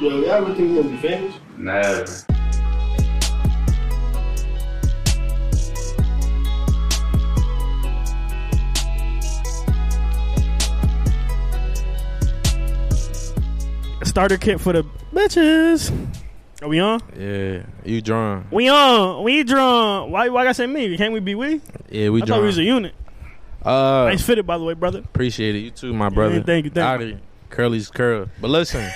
Yo, y'all ever think he'll be famous? Never. Starter kit for the bitches. Are we on? Yeah, you drawn. We on. We drawn. Why? Why I say me? Can't we be we? Yeah, we I thought we drawn. was a unit. Uh, Nice fitted, by the way, brother. appreciate it. You too, my brother. thank you, thank you. Howdy. Curly's curl. But listen,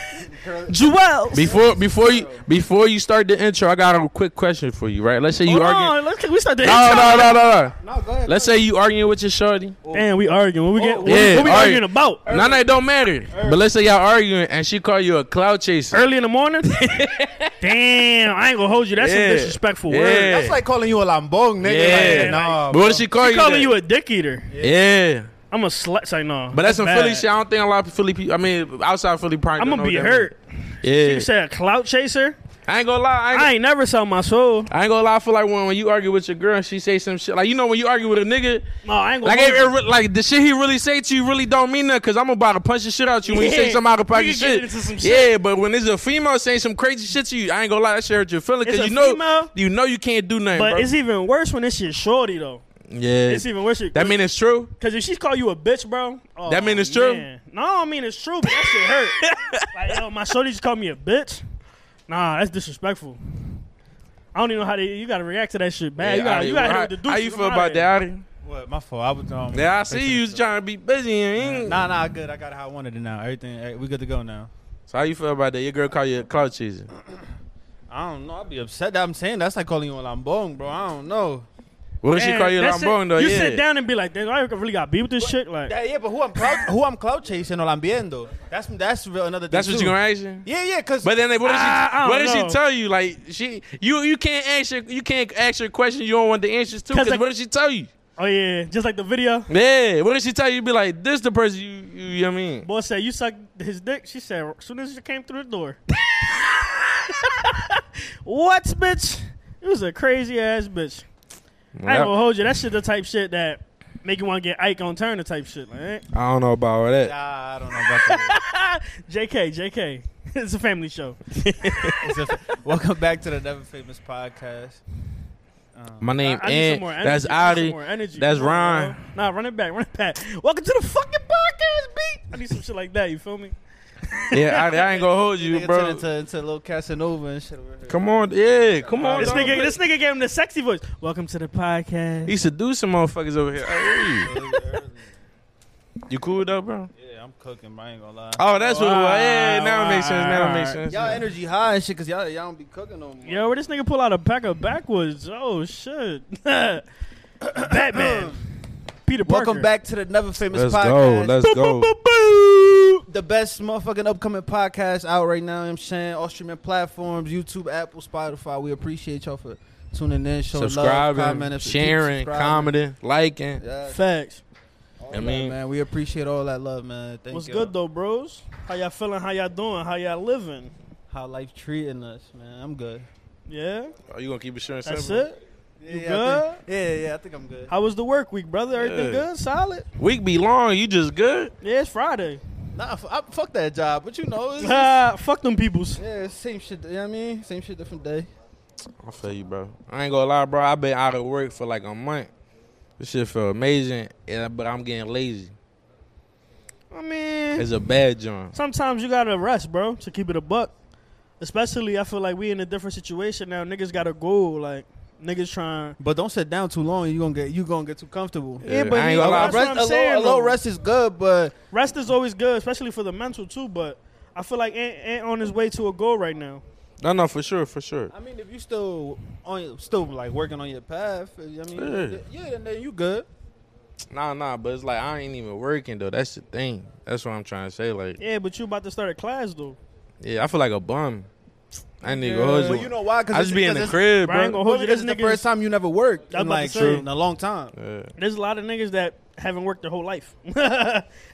Joel. before before you before you start the intro, I got a quick question for you. Right? Let's say you Hold arguing. on. Let's we start the No, intro. no, no, no, No, go no. ahead. Let's say you arguing with your shorty. Damn, we arguing. What we get? What, Oh, Yeah, what we all right. arguing about? Nah, nah, it don't matter. But let's say y'all arguing and she call you a cloud chaser. Early in the morning? Damn, I ain't gonna hold you. That's Yeah. some disrespectful Yeah. word. That's like calling you a lambong, nigga. Yeah. Like, nah, But what did she call I'm you? calling that? you a dick eater. yeah. I'm a slut. Say no. But that's some bad. Philly shit. I don't think a lot of Philly people. I mean, outside Philly, probably. I'm don't gonna know be what that hurt. means. You said a clout chaser? Yeah. I ain't gonna lie. I ain't, I ain't never sold my soul. I ain't gonna lie, I feel like when, when you argue with your girl and she say some shit, like you know when you argue with a nigga, No, I ain't gonna like hold it, it you. re- like the shit he really say to you really don't mean nothing because I'm about to punch the shit out you when you Yeah. say some out of We pocket can get shit. into some shit. Yeah, but when there's a female saying some crazy shit to you, I ain't gonna lie, that shit hurt your feelings It's because a you know female? you know you can't do nothing. But bro. it's even worse when this shit shorty though. yeah, It's even worse. that mean it's true. Cause if she's call you a bitch, bro. oh, That mean it's true? man. No, I don't mean it's true, but that shit hurt. like, yo, my shorty just called me a bitch. Nah, that's disrespectful. I don't even know how they. You gotta react to that shit bad. you Yeah, gotta, you gotta how, hit with the deuce. how you I'm feel outta about here. that? Adi? What, my fault. I was um, Yeah, I see you was trying to be busy. And Nah, nah, good. I got how I wanted it now. Everything, eh, we good to go now. So how you feel about that? Your girl call you a clout cheeser. I don't know. I'd be upset that I'm saying that's like calling you a lambong, bro. I don't know. What if she Man, call you a that's it. lambone though? You yeah. sit down and be like, "Damn, I really got beat with this shit." Like, Yeah, yeah, but who I'm cloud, who I'm cloud chasing or lambiendo? That's that's real another. Thing That's what too. you gonna ask? her? Yeah, yeah, cause But then, like, what did she? I- I don't what did know. she tell you? Like, she you you can't answer you can't ask her question you don't want the answers to. 'Cause, Because like- what did she tell you? oh yeah, just like the video. Yeah, what did she tell you? Be like, this the person you you, you know what I mean? Boy said, "You suck his dick." She said, "As soon as you came through the door." what, bitch? It was a crazy ass bitch. I ain't gonna hold you. That shit the type shit that make you want to get Ike on Turner type shit, like, eh? I don't know about all that. Nah, I don't know about that. JK, JK. it's a family show. It's just- welcome back to the Never Famous podcast. Um, My name I, I need some and more energy. that's I need some Adi. more energy. That's Come on, Ron. bro. Nah, run it back, run it back. Welcome to the fucking podcast, beat. I need some shit like that. You feel me? Yeah, Adi, I ain't gonna hold nigga you, turned bro. into, into a little Casanova and shit. over here. Come on, yeah, come on. Uh, This dog. nigga, this nigga gave him the sexy voice. Welcome to the podcast. He seducing motherfuckers over here. Hey, Early, early. you cool though, bro? Yeah, I'm cooking. Bro. I ain't gonna lie. Oh, that's what it Wow, was. Yeah, now it makes sense. Now it makes wow. sense. Y'all energy high and shit because y'all, y'all don't be cooking no more. Yo, where this nigga pull out a pack of backwoods? Oh shit, Batman, Peter Parker. Welcome back to the Never Famous podcast. go. the best motherfucking upcoming podcast out right now. You know what I'm saying all streaming platforms, YouTube, Apple, Spotify. We appreciate y'all for tuning in, showing love, subscribing, commenting, sharing, commenting, liking. Yes, Facts. I I mean- man, we appreciate all that love, man. Thank What's you. good though, bros? How y'all feeling? How y'all doing? How y'all living? How life treating us, man. I'm good. Yeah, Are Oh, you gonna keep it short and that's simple? it. You I think- yeah, yeah. I think I'm good. How was the work week, brother? Everything Yeah. good? Solid? Week be long. You just good. Yeah, it's Friday. Nah, f- I, fuck that job, but you know, it's just- Ah, fuck them peoples. yeah, same shit. You know what I mean, same shit, different day. I feel you, bro. I ain't gonna lie, bro. I've been out of work for like a month. This shit feel amazing, yeah, but I'm getting lazy. I mean, It's a bad joint. sometimes you gotta rest, bro, to keep it a buck. Especially, I feel like we in a different situation now. Niggas got a goal, like niggas trying. But don't sit down too long. You gonna get you gonna get too comfortable. Yeah, but I ain't he- gonna lie. that's what Rest, I'm a, low, saying, a low though. rest is good, but Rest is always good, especially for the mental too. But I feel like ain't, ain't on his way to a goal right now. No, no, for sure, for sure. I mean, if you still on, still like working on your path, I mean, Yeah. yeah, then, then you good. Nah, nah, but it's like I ain't even working though. That's the thing. That's what I'm trying to say. Like, Yeah, but you about to start a class though. yeah, I feel like a bum. I ain't even Well, gonna hold you you. know why? I just be in the crib, Bro, I ain't gonna bro. Well, hold you. because This it's the nigga, first time you never worked I'm in, about like to say. in a long time. Yeah. there's a lot of niggas that haven't worked their whole life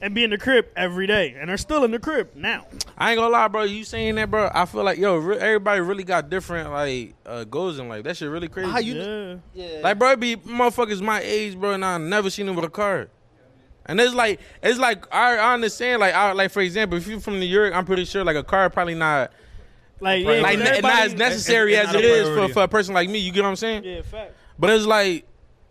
and be in the crib every day and are still in the crib now. I ain't gonna lie, bro. You saying that, bro? I feel like yo, re- everybody really got different like uh, goals in life. That shit really crazy. How you? Yeah. Yeah. Like, bro, it be motherfuckers my age, bro, and I never seen them with a car. And it's like, it's like I, I understand, like, I, like for example, if you from New York, I'm pretty sure like a car probably not Like, yeah, Like, 'cause Like, n- not as everybody- necessary It's as not it a is for, priority. for a person like me. You get what I'm saying? Yeah, fact. But it's like,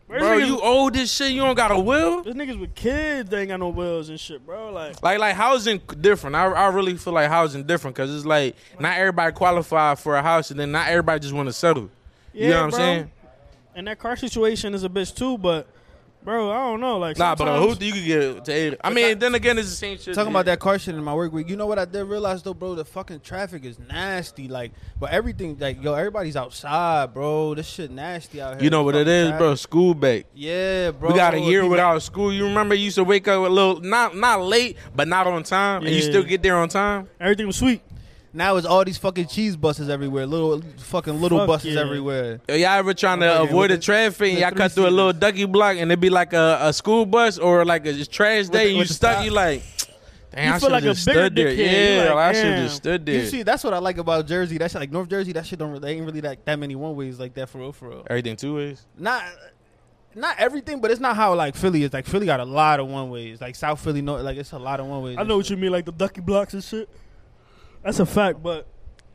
Where's bro, niggas- you old this shit. You don't got a will. There's niggas with kids that ain't got no wills and shit, bro. Like, Like, like housing different. I, I really feel like housing different because it's like not everybody qualified for a house, and then not everybody just want to settle. yeah, you know what bro. I'm saying? And that car situation is a bitch too, but bro, I don't know. Like, Nah, but a sometimes- hoop you could get to eight. I mean, then again, it's the same shit. Talking about that car shit in my work week. You know what I did realize though, bro? The fucking traffic is nasty. Like, but everything, like, yo, everybody's outside, bro. This shit nasty out here. You know what it Fucking is, traffic. bro? School back. Yeah, bro. oh, we got a year People- without school. You remember you used to wake up a little not not late, but not on time, and you Yeah. still get there on time. everything was sweet. Now it's all these fucking cheese buses everywhere. Little fucking little Fuck buses yeah. everywhere. Yo, Y'all ever trying to Okay, with avoid the- the traffic and the y'all cut through a three-seaters. little ducky block and it be like a, a school bus or like a just trash the- day and you with the stuck, stop. you like, damn, You I feel should have like a just bigger stood there. dickhead. You Yeah, like, I should have damn. just stood You there. see, that's what I like about Jersey. That shit, like North Jersey, that shit don't really, ain't really like that many one ways like that for real, for real. Everything two ways. Not, not everything, but it's not how like Philly is. Like Philly got a lot of one ways. Like South Philly, North, like it's a lot of one ways. I know what you mean, like the ducky blocks and shit. That's a fact, but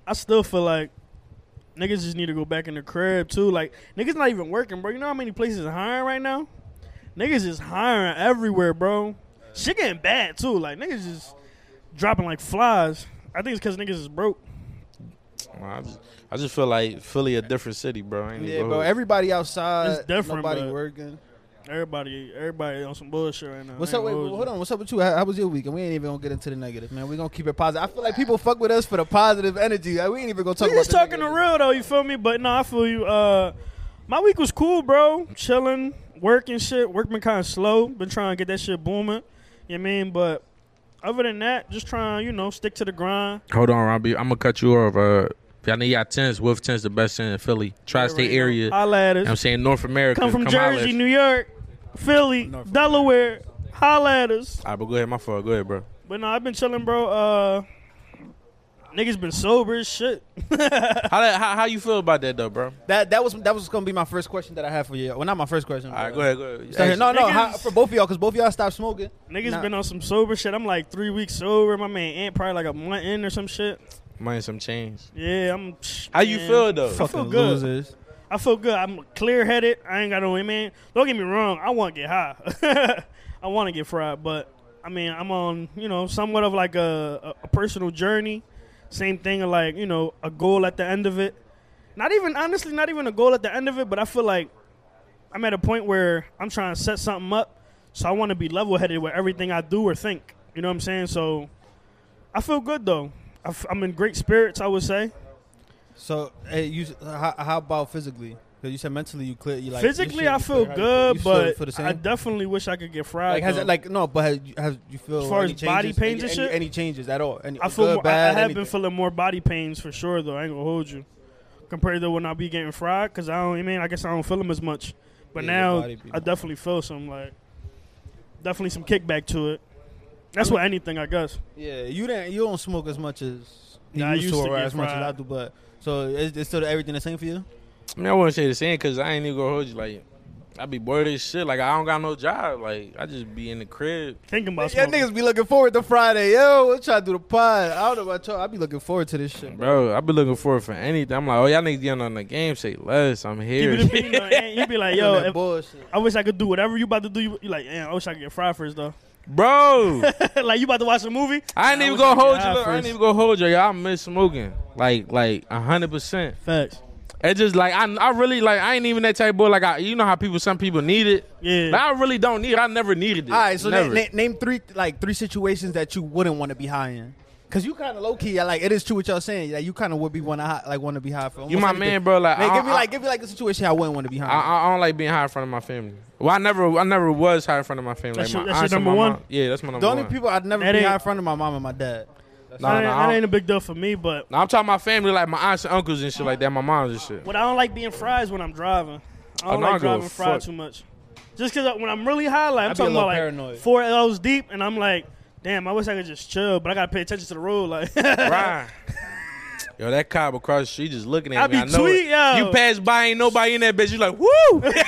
I still feel like niggas just need to go back in the crib too. Like niggas not even working, bro. You know how many places is hiring right now? Niggas is hiring everywhere, bro. Shit getting bad too. Like niggas just dropping like flies. I think it's because niggas is broke. Well, I, just, I just feel like Philly a different city, bro. I ain't Yeah, even bro. gonna- Everybody outside. It's different, Nobody but- working. Everybody, everybody on some bullshit right now. What's I up? ain't Wait, gonna hold hold you. on. What's up with you? How, how was your week? And we ain't even gonna get into the negative, man. We gonna keep it positive. I feel like people fuck with us for the positive energy. Like, we ain't even gonna talk We about just talking the the negative. real though. You feel me? But no, I feel you. Uh, my week was cool, bro. Chilling, working shit. Work been kind of slow. Been trying to get that shit booming. You know what I mean? But other than that, just trying, you know, stick to the grind. Hold on, Robbie. I'm gonna cut you off. Uh, y'all need y'all tens. Wolf tens the best in Philly, tri-state area. I at I'm us. saying North America. Come from Come holla at Jersey, us. New York, Philly, Norfolk. Delaware. Holla at us. All right, but go ahead. My fault. Go ahead, bro. But no, I've been chilling, bro. Uh, niggas been sober as shit. How, that, how how you feel about that though, bro? All That that was that was gonna be my first question that I had for you. Well, not my first question. right, but- go ahead. Go ahead. So here- no, no, Niggas- how, for both of y'all, because both of y'all stopped smoking. Niggas Nah. been on some sober shit. I'm like three weeks sober. My man Ant probably like a month in or some shit. Mine some change. Yeah, I'm. How you man. feel though? Fuck. Fucking good. losers. I feel good. I'm clear headed. I ain't got no man. Don't get me wrong. I want to get high. I want to get fried, but I mean, I'm on you know somewhat of like a, a, a personal journey. Same thing of like you know a goal at the end of it. Not even honestly, not even a goal at the end of it. But I feel like I'm at a point where I'm trying to set something up, so I want to be level headed with everything I do or think. You know what I'm saying? So I feel good though. I f- I'm in great spirits. I would say. So, hey, you, how, how about physically? 'Cause you said mentally you clear. You like Physically, I feel good, but I definitely wish I could get fried. like has it though. like no, but has, has you feel As far any as body changes? pains any, and any, shit? any changes at all? Any, I feel good, more, I- I, bad, have anything? been feeling more body pains for sure though. I ain't gonna hold you compared to when I be getting fried because I don't. I mean, I guess I don't feel them as much, but Yeah, your now body be- I definitely feel some like definitely some kickback to it. That's what anything I guess. Yeah, you didn't. You don't smoke as much as you Nah, I used, used to, to or get as much as I fried. do. But so is, is still everything the same for you? I mean, I wouldn't say the same because I ain't even gonna hold you. Like, I be bored as shit. Like, I don't got no job. Like, I just be in the crib. Thinking about Yeah, smoking. niggas be looking forward to Friday. Yo, we try to do the pod. I don't know about y'all. I be looking forward to this shit. Bro. Bro, I be looking forward for anything. I'm like, oh, y'all niggas getting on the game. Say less. I'm Keep here. it a bean, though, and you be like, yo, that if- bullshit. I wish I could do whatever you about to do. You, you like, damn, I wish I could get fried first though. Bro, like you about to watch a movie? I ain't even wish I gonna could hold get you. high Look, I ain't first. even gonna hold you. Y'all miss smoking. Like, like, 100%. Facts. It's just like, I, I really, like, I ain't even that type of boy. Like, I, you know how people, some people need it. Yeah. Like, I really don't need it. I never needed it. All right, so na- never. na- name three like three situations that you wouldn't want to be high in. Cause you kind of low key, like it is true what y'all saying. Like you kind of would be want to like want to be high for. you my almost man, anything. bro. Like, Man, I- give me I- like give me like a situation I wouldn't want to be high. I, in. I- I don't like being high in front of my family. Well, I never, I never was high in front of my family. That's like your- my that's your aunts and number my one? mom- Yeah, that's my number the only one. people I'd never That be ain't- high in front of my mom and my dad. Nah, that, ain't, nah, that I ain't don't- a big deal for me, but Nah, I'm talking my family, like my aunts and uncles and shit like that. My mom's and shit. What I don't like being fried is when I'm driving. I I'm don't not like gonna driving fried fuck. too much. Just because when I'm really high, like I'm I'd be a talking little about like paranoid. four L's deep, and I'm like, damn, I wish I could just chill, but I gotta pay attention to the road. Like, Right. Yo, that cop across the street just looking at I me. be I know it. tweet, yo. You pass by, ain't nobody in that bitch. You like, woo.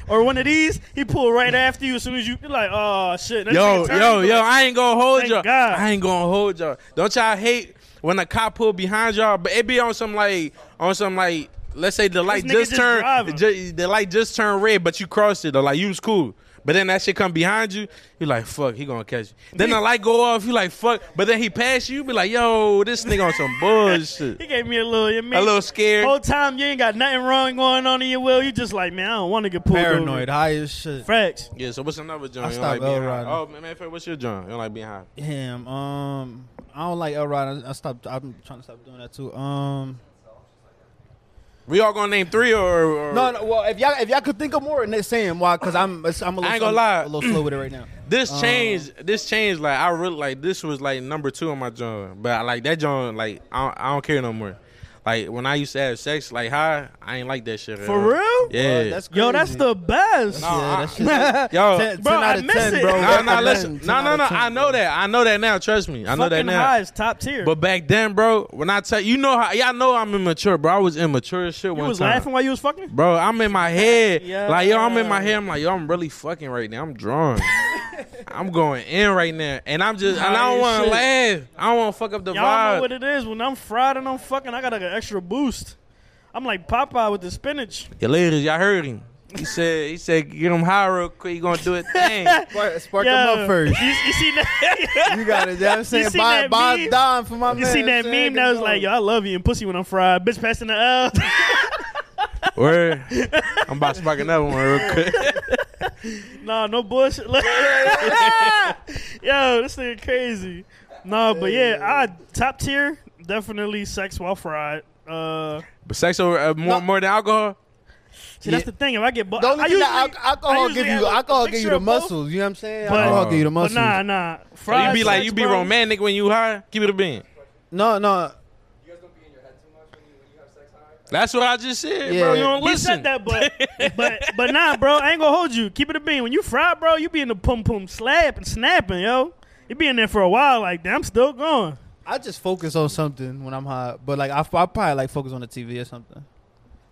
or one of these, he pull right after you as soon as you you're like, oh shit. that Yo, nigga turned, yo, he yo, like, I ain't gonna hold Thank y'all. God. I ain't gonna hold y'all. Don't y'all hate when a cop pull behind y'all, but it be on some like on some like let's say the light nigga just, just driving. turned ju- the light just turned red, but you crossed it or like you was cool. But then that shit come behind you, you like fuck, he gonna catch you. Then the light go off, you like fuck, but then he pass you, be like, yo, this nigga on some bullshit. He gave me a little, you mean, A little scared. Whole time you ain't got nothing wrong going on in your will. You just like, man, I don't want to get pulled Paranoid, over. high as shit. Facts. Yeah, so what's another joint? I you don't like stopped being high? Elrod. Oh man, man, what's your joint? You don't like being high? Him. Um, I don't like Elrod. I, I stopped. I'm trying to stop doing that too. Um, We all gonna name three or, or no, no. Well, if y'all if y'all could think of more, next saying why? Because I'm it's- I'm a little, I ain't gonna lie. am a little slow with it right now. Um, This changed. this changed. Like I really like this was like number two on my joint, but I, like that joint, like I don't, I don't care no more. Like when I used to have sex, like high, I ain't like that shit. at For all. real? Yeah. Uh, that's Yo, that's crazy. the best. No, I- that shit- Yo. 10, Bro, 10 I out of miss 10, it. bro. no, no, Recommend. listen. 10 No, out no, of no. 10, I know bro. that. I know that now. Trust me. I know that Fucking now. high is top tier. But back then, bro, when I tell you know how y'all know I'm immature, bro. I was immature as shit you one was time. laughing while you was fucking. Bro, I'm in my head. Yeah. Like, yo, I'm in my head. I'm like, yo, I'm really fucking right now. I'm drawing. I'm going in right now. And I'm just, and I don't Nah, want to shit. laugh. I don't want to fuck up the Y'all know vibe. what it is. When I'm fried and I'm fucking, I got like an extra boost. I'm like Popeye with the spinach. Yeah, ladies, y'all heard him. He said, he said, get him high real quick. You going to do it thing. Spark, spark Yeah. him up first. You, you see that? You got it. Yeah, I'm saying seen buy that buy meme? dime for my man. You seen that son. meme Get that was on. like, yo, I love you and pussy when I'm fried. Bitch passing the L. Word. I'm about to spark another one real quick. nah, no bullshit. Look. yo, this nigga crazy. Nah, but yeah, I top tier, definitely sex while fried. Uh, But sex over uh, more, No. more than alcohol? see, that's Yeah. the thing. If I get bu- The I only thing usually, that al- alcohol I give usually you, have a- alcohol a give you mixture the of both. muscles. You know what I'm saying? But- alcohol give you the But muscles. nah, nah. Or Oh, you Fried be like, sex, you be bro. romantic when you high? Keep it a bean. No, no. That's what I just said, Yeah. bro. You don't You said listen. that, but but but nah, bro. I ain't gonna hold you. Keep it a bean. When you fry, bro, you be in the pum pum slap and snapping, yo. You be in there for a while, like damn, I'm still going. I just focus on something when I'm hot, but like I, I probably like focus on the TV or something.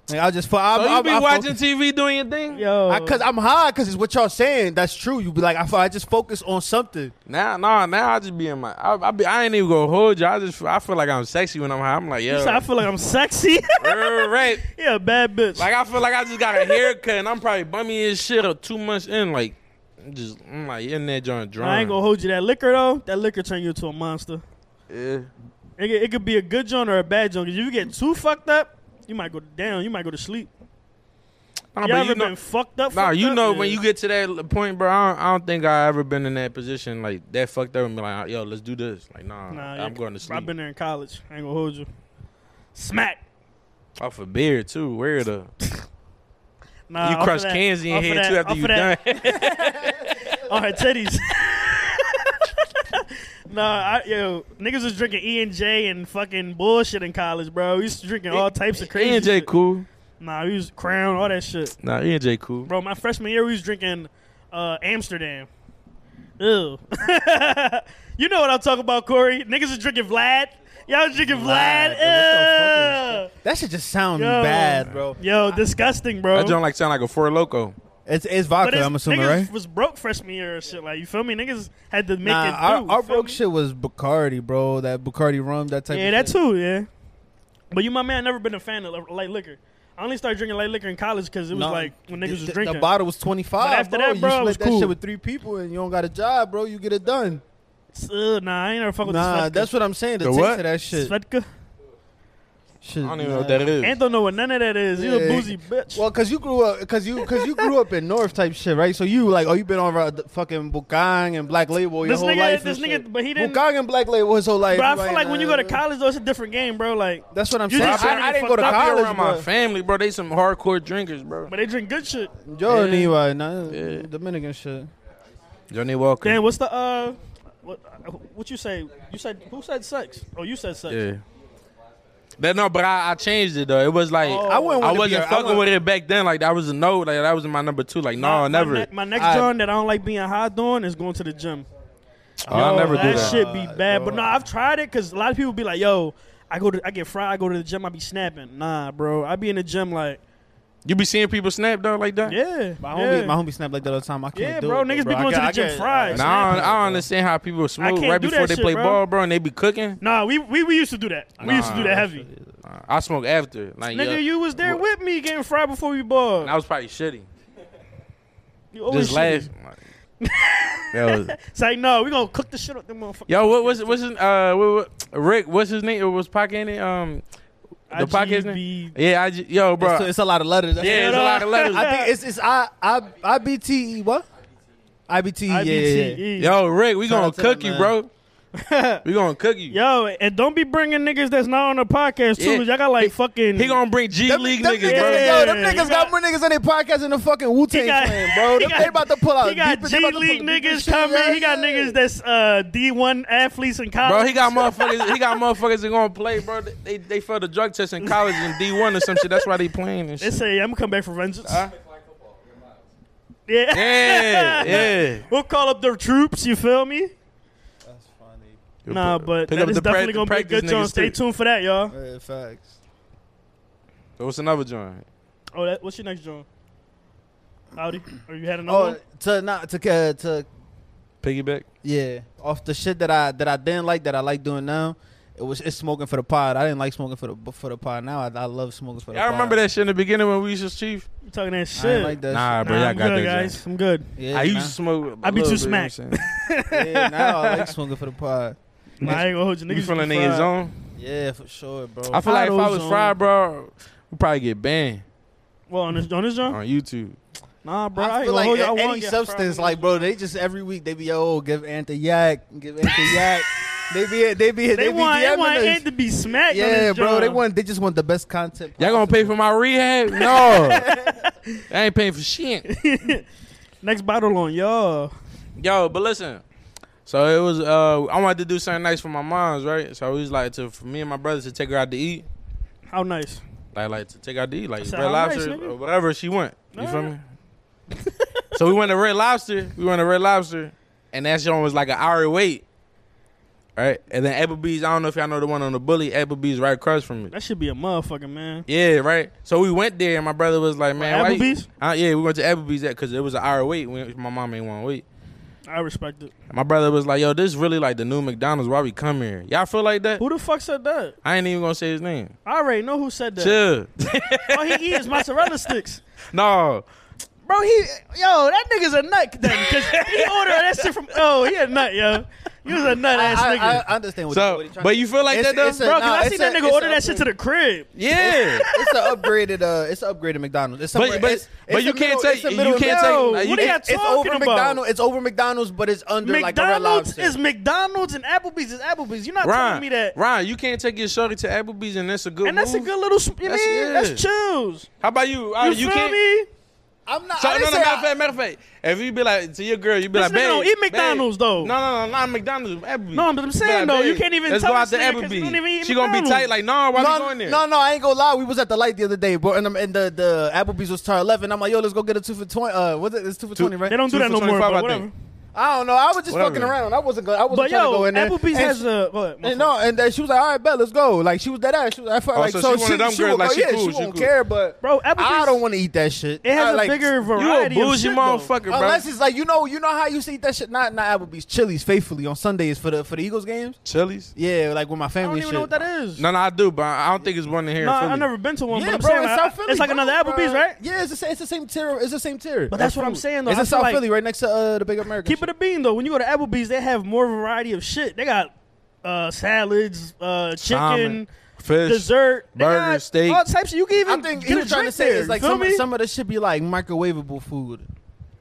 Like I just, fo- I, So I, Oh, you be I watching focus- TV doing your thing? Yo, I, cause I'm high, cause it's what y'all saying. That's true. You be like, I, fo- I just focus on something. Now, nah, now I just be in my. I, I, be, I ain't even gonna hold you. I just, I feel like I'm sexy when I'm high. I'm like, You yo, said I feel like I'm sexy. right, right. yeah, bad bitch. Like I feel like I just got a haircut, and I'm probably bummy as shit or two months in. Like, I'm just, I'm like in that joint drunk. I ain't gonna hold you. That liquor though, that liquor turn you into a monster. Yeah. It, could- it could be a good joint or a bad joint. 'Cause if you get too fucked up, you might go down. You might go to sleep. Nah, you but ever you know, been fucked up? nah, fucked you up? know Yeah. when you get to that l- point, bro. I don't, I don't think I ever been in that position like that fucked up and be like, yo, let's do this. Like, nah, Nah, I'm yeah, going to sleep. I've been there in college. I ain't gonna hold you. Smack. off a beer too. Where the Nah, you off of crush that- cans in off your of head that- too off after of you that- done. on her titties. nah, I, yo, niggas was drinking E and J and fucking bullshit in college, bro. We used to drinking all types of crazy. E and J shit. cool. Nah, we was Crown, all that shit, Nah, E and J cool. bro. My freshman year, we was drinking uh, Amsterdam. Ew. you know what I'm talking about, Corey? Niggas was drinking Vlad. Y'all was drinking Vlad. Vlad, dude, what Ew. That should just sound Yo. bad, bro. Yo, disgusting, bro. That joint like sound like a four loco. It's it's But vodka. it's- I'm assuming, niggas right? was broke freshman year or shit. Like, you feel me? Niggas had to make Nah, it through. our, our feel broke me? shit was Bacardi, bro. That Bacardi rum, that type. Yeah, of that shit. too. Yeah, but you, my man, never been a fan of li- light liquor. I only started drinking light liquor in college because it was No, like when niggas the, was the- drinking. The bottle was twenty five. But after bro. that, bro, you it split was that cool. shit with three people, and you don't got a job, bro. You get it done. Ugh, nah, I ain't never fuck with Nah, this that's what I'm saying. The, The taste what? of that shit. Svedka. Shit, I don't even nah. know what that is. Ain't don't know what none of that is. You a Yeah. boozy bitch. Well, cause you grew up, cause you, cause you grew up in North type shit, right? So you like, oh, you been on uh, the fucking Bukang and Black Label your this whole nigga, life. this and nigga, shit. but he didn't. Bukang and Black Label his whole life. Bro, I He feel like when you go to nah. college though, it's a different game, bro. Like, that's what I'm you saying. just I, trying to I get didn't go to fucked up. I be around college, my bro. family, bro. They some hardcore drinkers, bro. but they drink good shit. Yo, Yeah. anyway, nah, Yeah. Dominican shit. Johnny Walker. Damn, what's the uh, what what you say? You said who said sex? Oh, you said sex. Yeah. That no, but I, I changed it though. It was like Oh. I, I wouldn't. wanna be wasn't a- I fucking wouldn't- with it back then. Like that was a no. Like that was my number two. Like no, My- my never. ne- My, next I- joint that I don't like being high doing is going to the gym. Oh, I'll Yo, never do that, that. shit be bad. But Bro. no, I've tried it because a lot of people be like, "Yo, I go to, I get fried, I go to the gym, I be snapping." Nah, bro, I be in the gym like, You be seeing people snap dog like that? Yeah. My homie, yeah. my homie snap like that all the time. I can't Yeah, do bro, it. niggas be I going to got- the I gym got- fried. Nah, I don't, Snapping. I don't understand how people smoke can't right do before that they shit, play bro. ball, bro, and they be cooking. Nah, we, we we used to do that. We used to do Nah. that heavy. Nah, I smoke after. Like, Nigga, yeah. you was there Wha- with me getting fried before we And balled. I was probably shitty. You always Just last. shitty. That was- It's like, no, we gonna cook the shit up, them motherfuckers. Yo, what was what's his uh what, what, Rick? What's his name? It was Pac in it. Um, the podcast name. IGB. Yeah, I ju- yo, bro. It's, it's a lot of letters. That's- yeah, it's a lot of letters. I think it's it's I I I B T E what? I B T E. Yeah, yeah, yeah. IBTE. yo, Rick, we Shout gonna out to that cook you, man. bro. we gonna cook you. Yo, and don't be bringing niggas that's not on the podcast too. Yeah. 'cause Y'all got like fucking. He gonna bring G Them- League them niggas, niggas, bro. yeah. Yo, them He niggas got- got more niggas on their podcast than the fucking Wu Tang He got- Clan, bro. he Them- got- They about to pull out. he got G deep- they about to pull League some deep niggas shit, coming. yeah, He got yeah. niggas that's uh, D1 athletes in college. Bro, he got motherfuckers. he got motherfuckers that gonna play, bro. They they failed the drug test in college in D one or some shit. That's why they playing and They shit. say, I'm gonna come back for vengeance. Huh? Yeah. Yeah, yeah. We'll call up their troops, you feel me? Nah, but Pick that up is the prac- definitely gonna be a practice good joint. niggas, Stay too. tuned for that, y'all. Yeah, facts. what's another joint? Oh, that, what's your next joint? Howdy. Or you had another Oh, one? to not to uh, to Piggyback. yeah, off the shit that I that I didn't like that I like doing now. It was it's smoking for the pod. I didn't like smoking for the for the pod. Now I, I love smoking for the. Y'all pod. remember that shit in the beginning when we was just chief? You talking that shit? I didn't like that. Nah, shit. bro, Nah, y'all I'm got good, that guys. joint. I'm good. Yeah, I used nah. to smoke. I be too smacked. yeah, now I like smoking for the pod. Nah, I ain't gonna hold you. You Niggas feeling be in your fried. zone? Yeah, for sure, bro. I feel like if I was Potatoes fried, bro, we probably get banned Well, on this, on this joint? on YouTube. Nah, bro. I I ain't gonna feel like hold you. I a- wanna any get substance, fried. like bro, they just every week they be oh give Ant the yak, give Ant the yak. They be they be they, They, be want, they DMing want us. Ant to be smacked. on Yeah, this bro, they joint. want they just want the best content. Y'all gonna pay for my rehab? No, I ain't paying for shit. Next battle on y'all. Yo, but listen. So it was. uh I wanted to do something nice for my mom's, right? So it was like to for me and my brothers to take her out to eat, How nice. like like to take her out to eat, like said, Red "How nice, Lobster nigga." or whatever she went. You feel Alright. me? so we went to Red Lobster. We went to Red Lobster, and that joint was like an hour wait. Right, and then Applebee's. I don't know if y'all know the one on the bully. Applebee's right across from it. That should be a motherfucker, man. Yeah, right. So we went there, and my brother was like, "Man, why you- Applebee's? Uh, yeah, we went to Applebee's that because it was an hour wait. We, my mom ain't want to wait. I respect it. And my brother was like, "Yo, this really like the new McDonald's. Why we come here? Y'all feel like that? Who the fuck said that? I ain't even gonna say his name. I already know who said that. Chill. All he eat is mozzarella sticks. no, Bro, he yo, that nigga's a nut then, cause he ordered that shit from oh, he a nut, yo. He was a nut I, ass nigga. I, I understand what, so what he trying but to- you feel like It's- that though? it's a- Bro, cause nah, I it's seen that a- nigga it's order a that shit to the crib. yeah. it's an upgraded uh it's an upgraded McDonald's. It's But- somewhere- but- it's, but it's you a can't middle- take- it's a you middle- can't take- No, like, you what are can't- y'all it's over talking about? McDonald's- It's over McDonald's, but it's under like a Red McDonald's Lobster. is McDonald's and Applebee's is Applebee's. You're not telling Ryan, me that. Ryan, you can't take your shorty to Applebee's and that's a good. And that's a move? good little sp- you That's- mean? yeah. That's chills. How about you? You, Uh, you feel can't. me? I'm not. So, I no, didn't no, say matter of I- fact, matter of fact, if you be like to your girl, you be This like, nigga don't "Babe, eat McDonald's, babe." though. No, no, no, not McDonald's. Applebee's. No, but I'm saying, Be though, you "Babe, can't even Let's tell go out this to nigga 'cause you don't even Applebee's. eat She gonna be McDonald's. tight. Like, no, why we No, going there? no, no, I ain't gonna lie. We was at the light the other day, bro, and, the- and the the Applebee's was tar eleven. I'm like, yo, let's go get a two for twenty. Uh, what's it? It's two for twenty, right? They don't do Two that no for more, 25, but I think. whatever. I don't know. I was just Whatever. fucking around. I wasn't. Go, I wasn't But trying yo, to go in there. Applebee's And has she- a go ahead, my And fault. no, and then she was like, "All right, bet, let's go." Like she was that ass. She was, I felt Oh, like so so she one of them she girls, would like, go, she yeah, cool, she she won't cool. care, but Bro, Applebee's I don't want to eat that shit. it has I, a Uh, like, bigger You a variety. of bougie shit, though. motherfucker, bro. Unless it's like you know, you know how you see that shit. Not not Applebee's, Chili's faithfully on Sundays for the for the Eagles games. Chili's. Yeah, like with my I don't family. even know what and that is. No, no, I do, but I don't think it's one in here. No, in Philly. I've never been to one. but shit. Yeah, I'm bro, saying, it's I- South Philly. It's like bro, another Applebee's, bro. right? Yeah, it's the same. It's the same tier. It's the same tier. But that's what I'm food. saying, though. It's I in feel South like- Philly, right next to uh, the Big America. Keep it a bean though. When you go to Applebee's, they have more variety of shit. They got uh, salads, uh, chicken, Salmon, fish, dessert, they burgers, got steak. all types. Of, you can even I think get he a was trying to drink say there, it's like feel some, me? some of this should be like microwavable food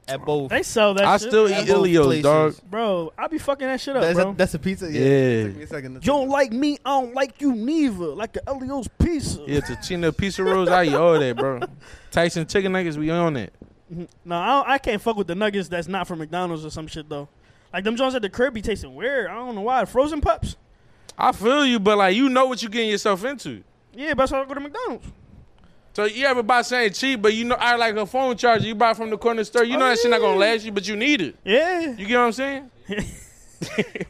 at both. They sell that. I shit. still At eat both Ilios, places. dog. bro. I be fucking that shit up, That's bro. a, that's a pizza. Yeah. Yeah. Took me a second to you don't like me, I don't like you neither. Like the Elio's pizza. Yeah, tachina, pizza rolls. I eat all that, bro. Tyson chicken nuggets, we on it. No, I, don't- I can't fuck with the nuggets that's not from McDonald's or some shit though. Like them Jones at the crib be tasting weird. I don't know why. Frozen pups. I feel you, but like you know what you're getting yourself into. Yeah, but that's why I go to McDonald's. So you ever buy something cheap, but you know, I like a phone charger. You buy from the corner store. You know that shit not gonna last you, but you need it. Yeah. You get what I'm saying?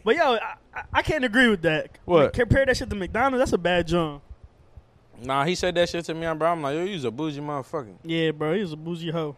But yo, I, I- I can't agree with that. What? Compare that shit to McDonald's. That's a bad joint. Nah, he said that shit to me, bro. I'm like, yo, you's a bougie motherfucker. Yeah, bro, he was a bougie hoe.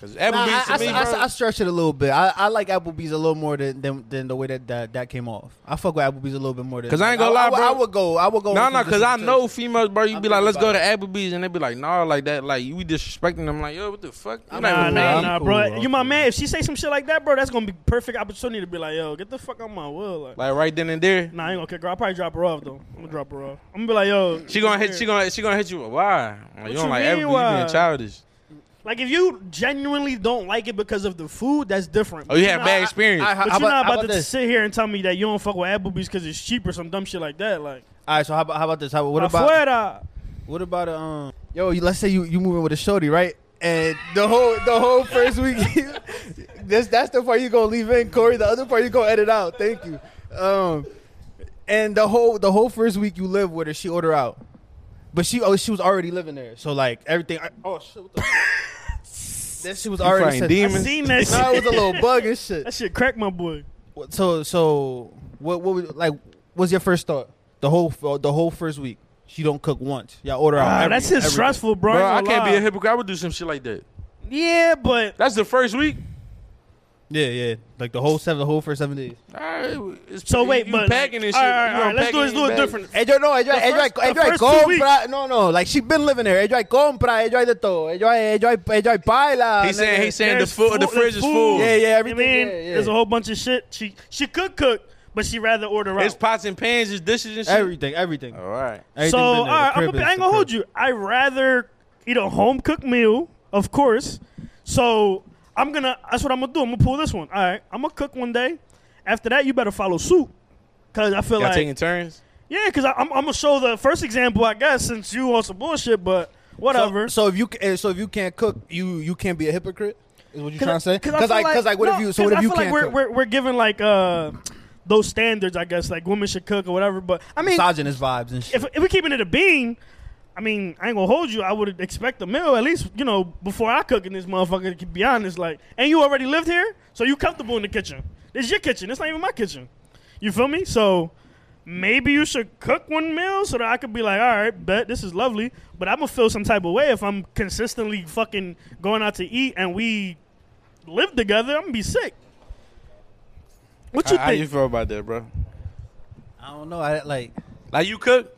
Cause Nah, I, Applebee's I- to me, I- bro. I stretched it a little bit. I, I like Applebee's a little more than, than than the way that, that that came off. I fuck with Applebee's a little bit more than. 'Cause I ain't gonna lie, would- bro. I would go. I would go. No, with no, some cause I disrespect. know females, bro. You I'm be like, let's go to thinking Applebee's, and they be like, nah, like that, like we disrespecting them, like yo, what the fuck? You I'm not not- Nah, even nah, I'm mad. nah, cool, bro. I'm you my cool. man. If she say some shit like that, bro, that's gonna be perfect opportunity to be like, yo, get the fuck out my will. Like, Like right then and there, nah, I ain't gonna kick her. I'll probably drop her off though. I'm gonna drop her off. I'm gonna be like, yo, she gonna hit, she gonna, she gonna hit you. Why? Like, you you don't like mean, Applebee's? You why? being childish? Like if you genuinely don't like it because of the food, that's different. Oh, you But had you're bad not- experience. I- I- But how you're about- not how about, about to this? sit here and tell me that you don't fuck with Applebee's because it's cheap or some dumb shit like that. Like, All right, so how about how about this? How, what about afuera. What about uh, um? Yo, you- let's say you you moving with a shorty, right? And the whole the whole first week, this that's the part you gonna leave in, Corey. The other part you gonna edit out. Thank you. Um, and the whole the whole first week you live with her, she order out, but she oh she was already living there, so like everything. I, oh shit! What the then she was already. fighting Said, I demons? seen that Nah, it shit. was a little bug and shit. that shit cracked my boy. What- So so what what would- like what's your first thought? The whole the whole first week she don't cook once. Y'all order out. Ah, every- that's just every- stressful, bro. Bro, I ain't gonna can't be a lie. hypocrite. I would do some shit like that. Yeah, but That's the first week. Yeah, yeah. Like the whole seven, the whole first seven days. All right, it's, so wait, you but packing this shit. All right, You all right, let's unpacking do let's do your it bag. different. Ella no, ella, The ella, first- the ella, first two compra. No, no. Like she been living there. Ella compra. Ella de todo. Ella, ella, ella baila. He saying he nigga. saying the There's food, the food- fridge is there's full. food. Yeah, yeah. I mean, Everything. yeah, yeah. there's a whole bunch of shit. She she could cook, but she rather order It's out. pots and pans, it's dishes and shit. Everything. Everything. All right. everything Oh. So all been there. The right, I'm crib gonna be, is I ain't the gonna crib. hold you. I rather eat a home cooked meal, of course. So I'm gonna. That's what I'm gonna do. I'm gonna pull this one. All right, I'm gonna cook one day. After that, you better follow suit. Cause I feel Y'all like taking turns. yeah, cause I, I'm, I'm gonna show the first example, I guess, since you on some bullshit, but whatever. So, so if you ca- eh, so if you can't cook, you you can't be a hypocrite. Is what you trying to say? I Because feel like because like what no, if you so 'cause what I if you feel can't like we're, cook? we're we're giving like uh those standards, I guess, like women should cook or whatever. But I mean, Misogynist vibes and shit. if, if we're keeping it a bean, I mean, I ain't gonna hold you. I would expect a meal at least, you know, before I cook in this motherfucker. To be honest, like, and you already lived here, so you comfortable in the kitchen. This your kitchen. It's not even my kitchen. You feel me? So maybe you should cook one meal so that I could be like, all right, bet this is lovely. But I'm gonna feel some type of way if I'm consistently fucking going out to eat and we live together. I'm gonna be sick. What you How, how think? you feel about that, bro? I don't know. I like. Like you cook?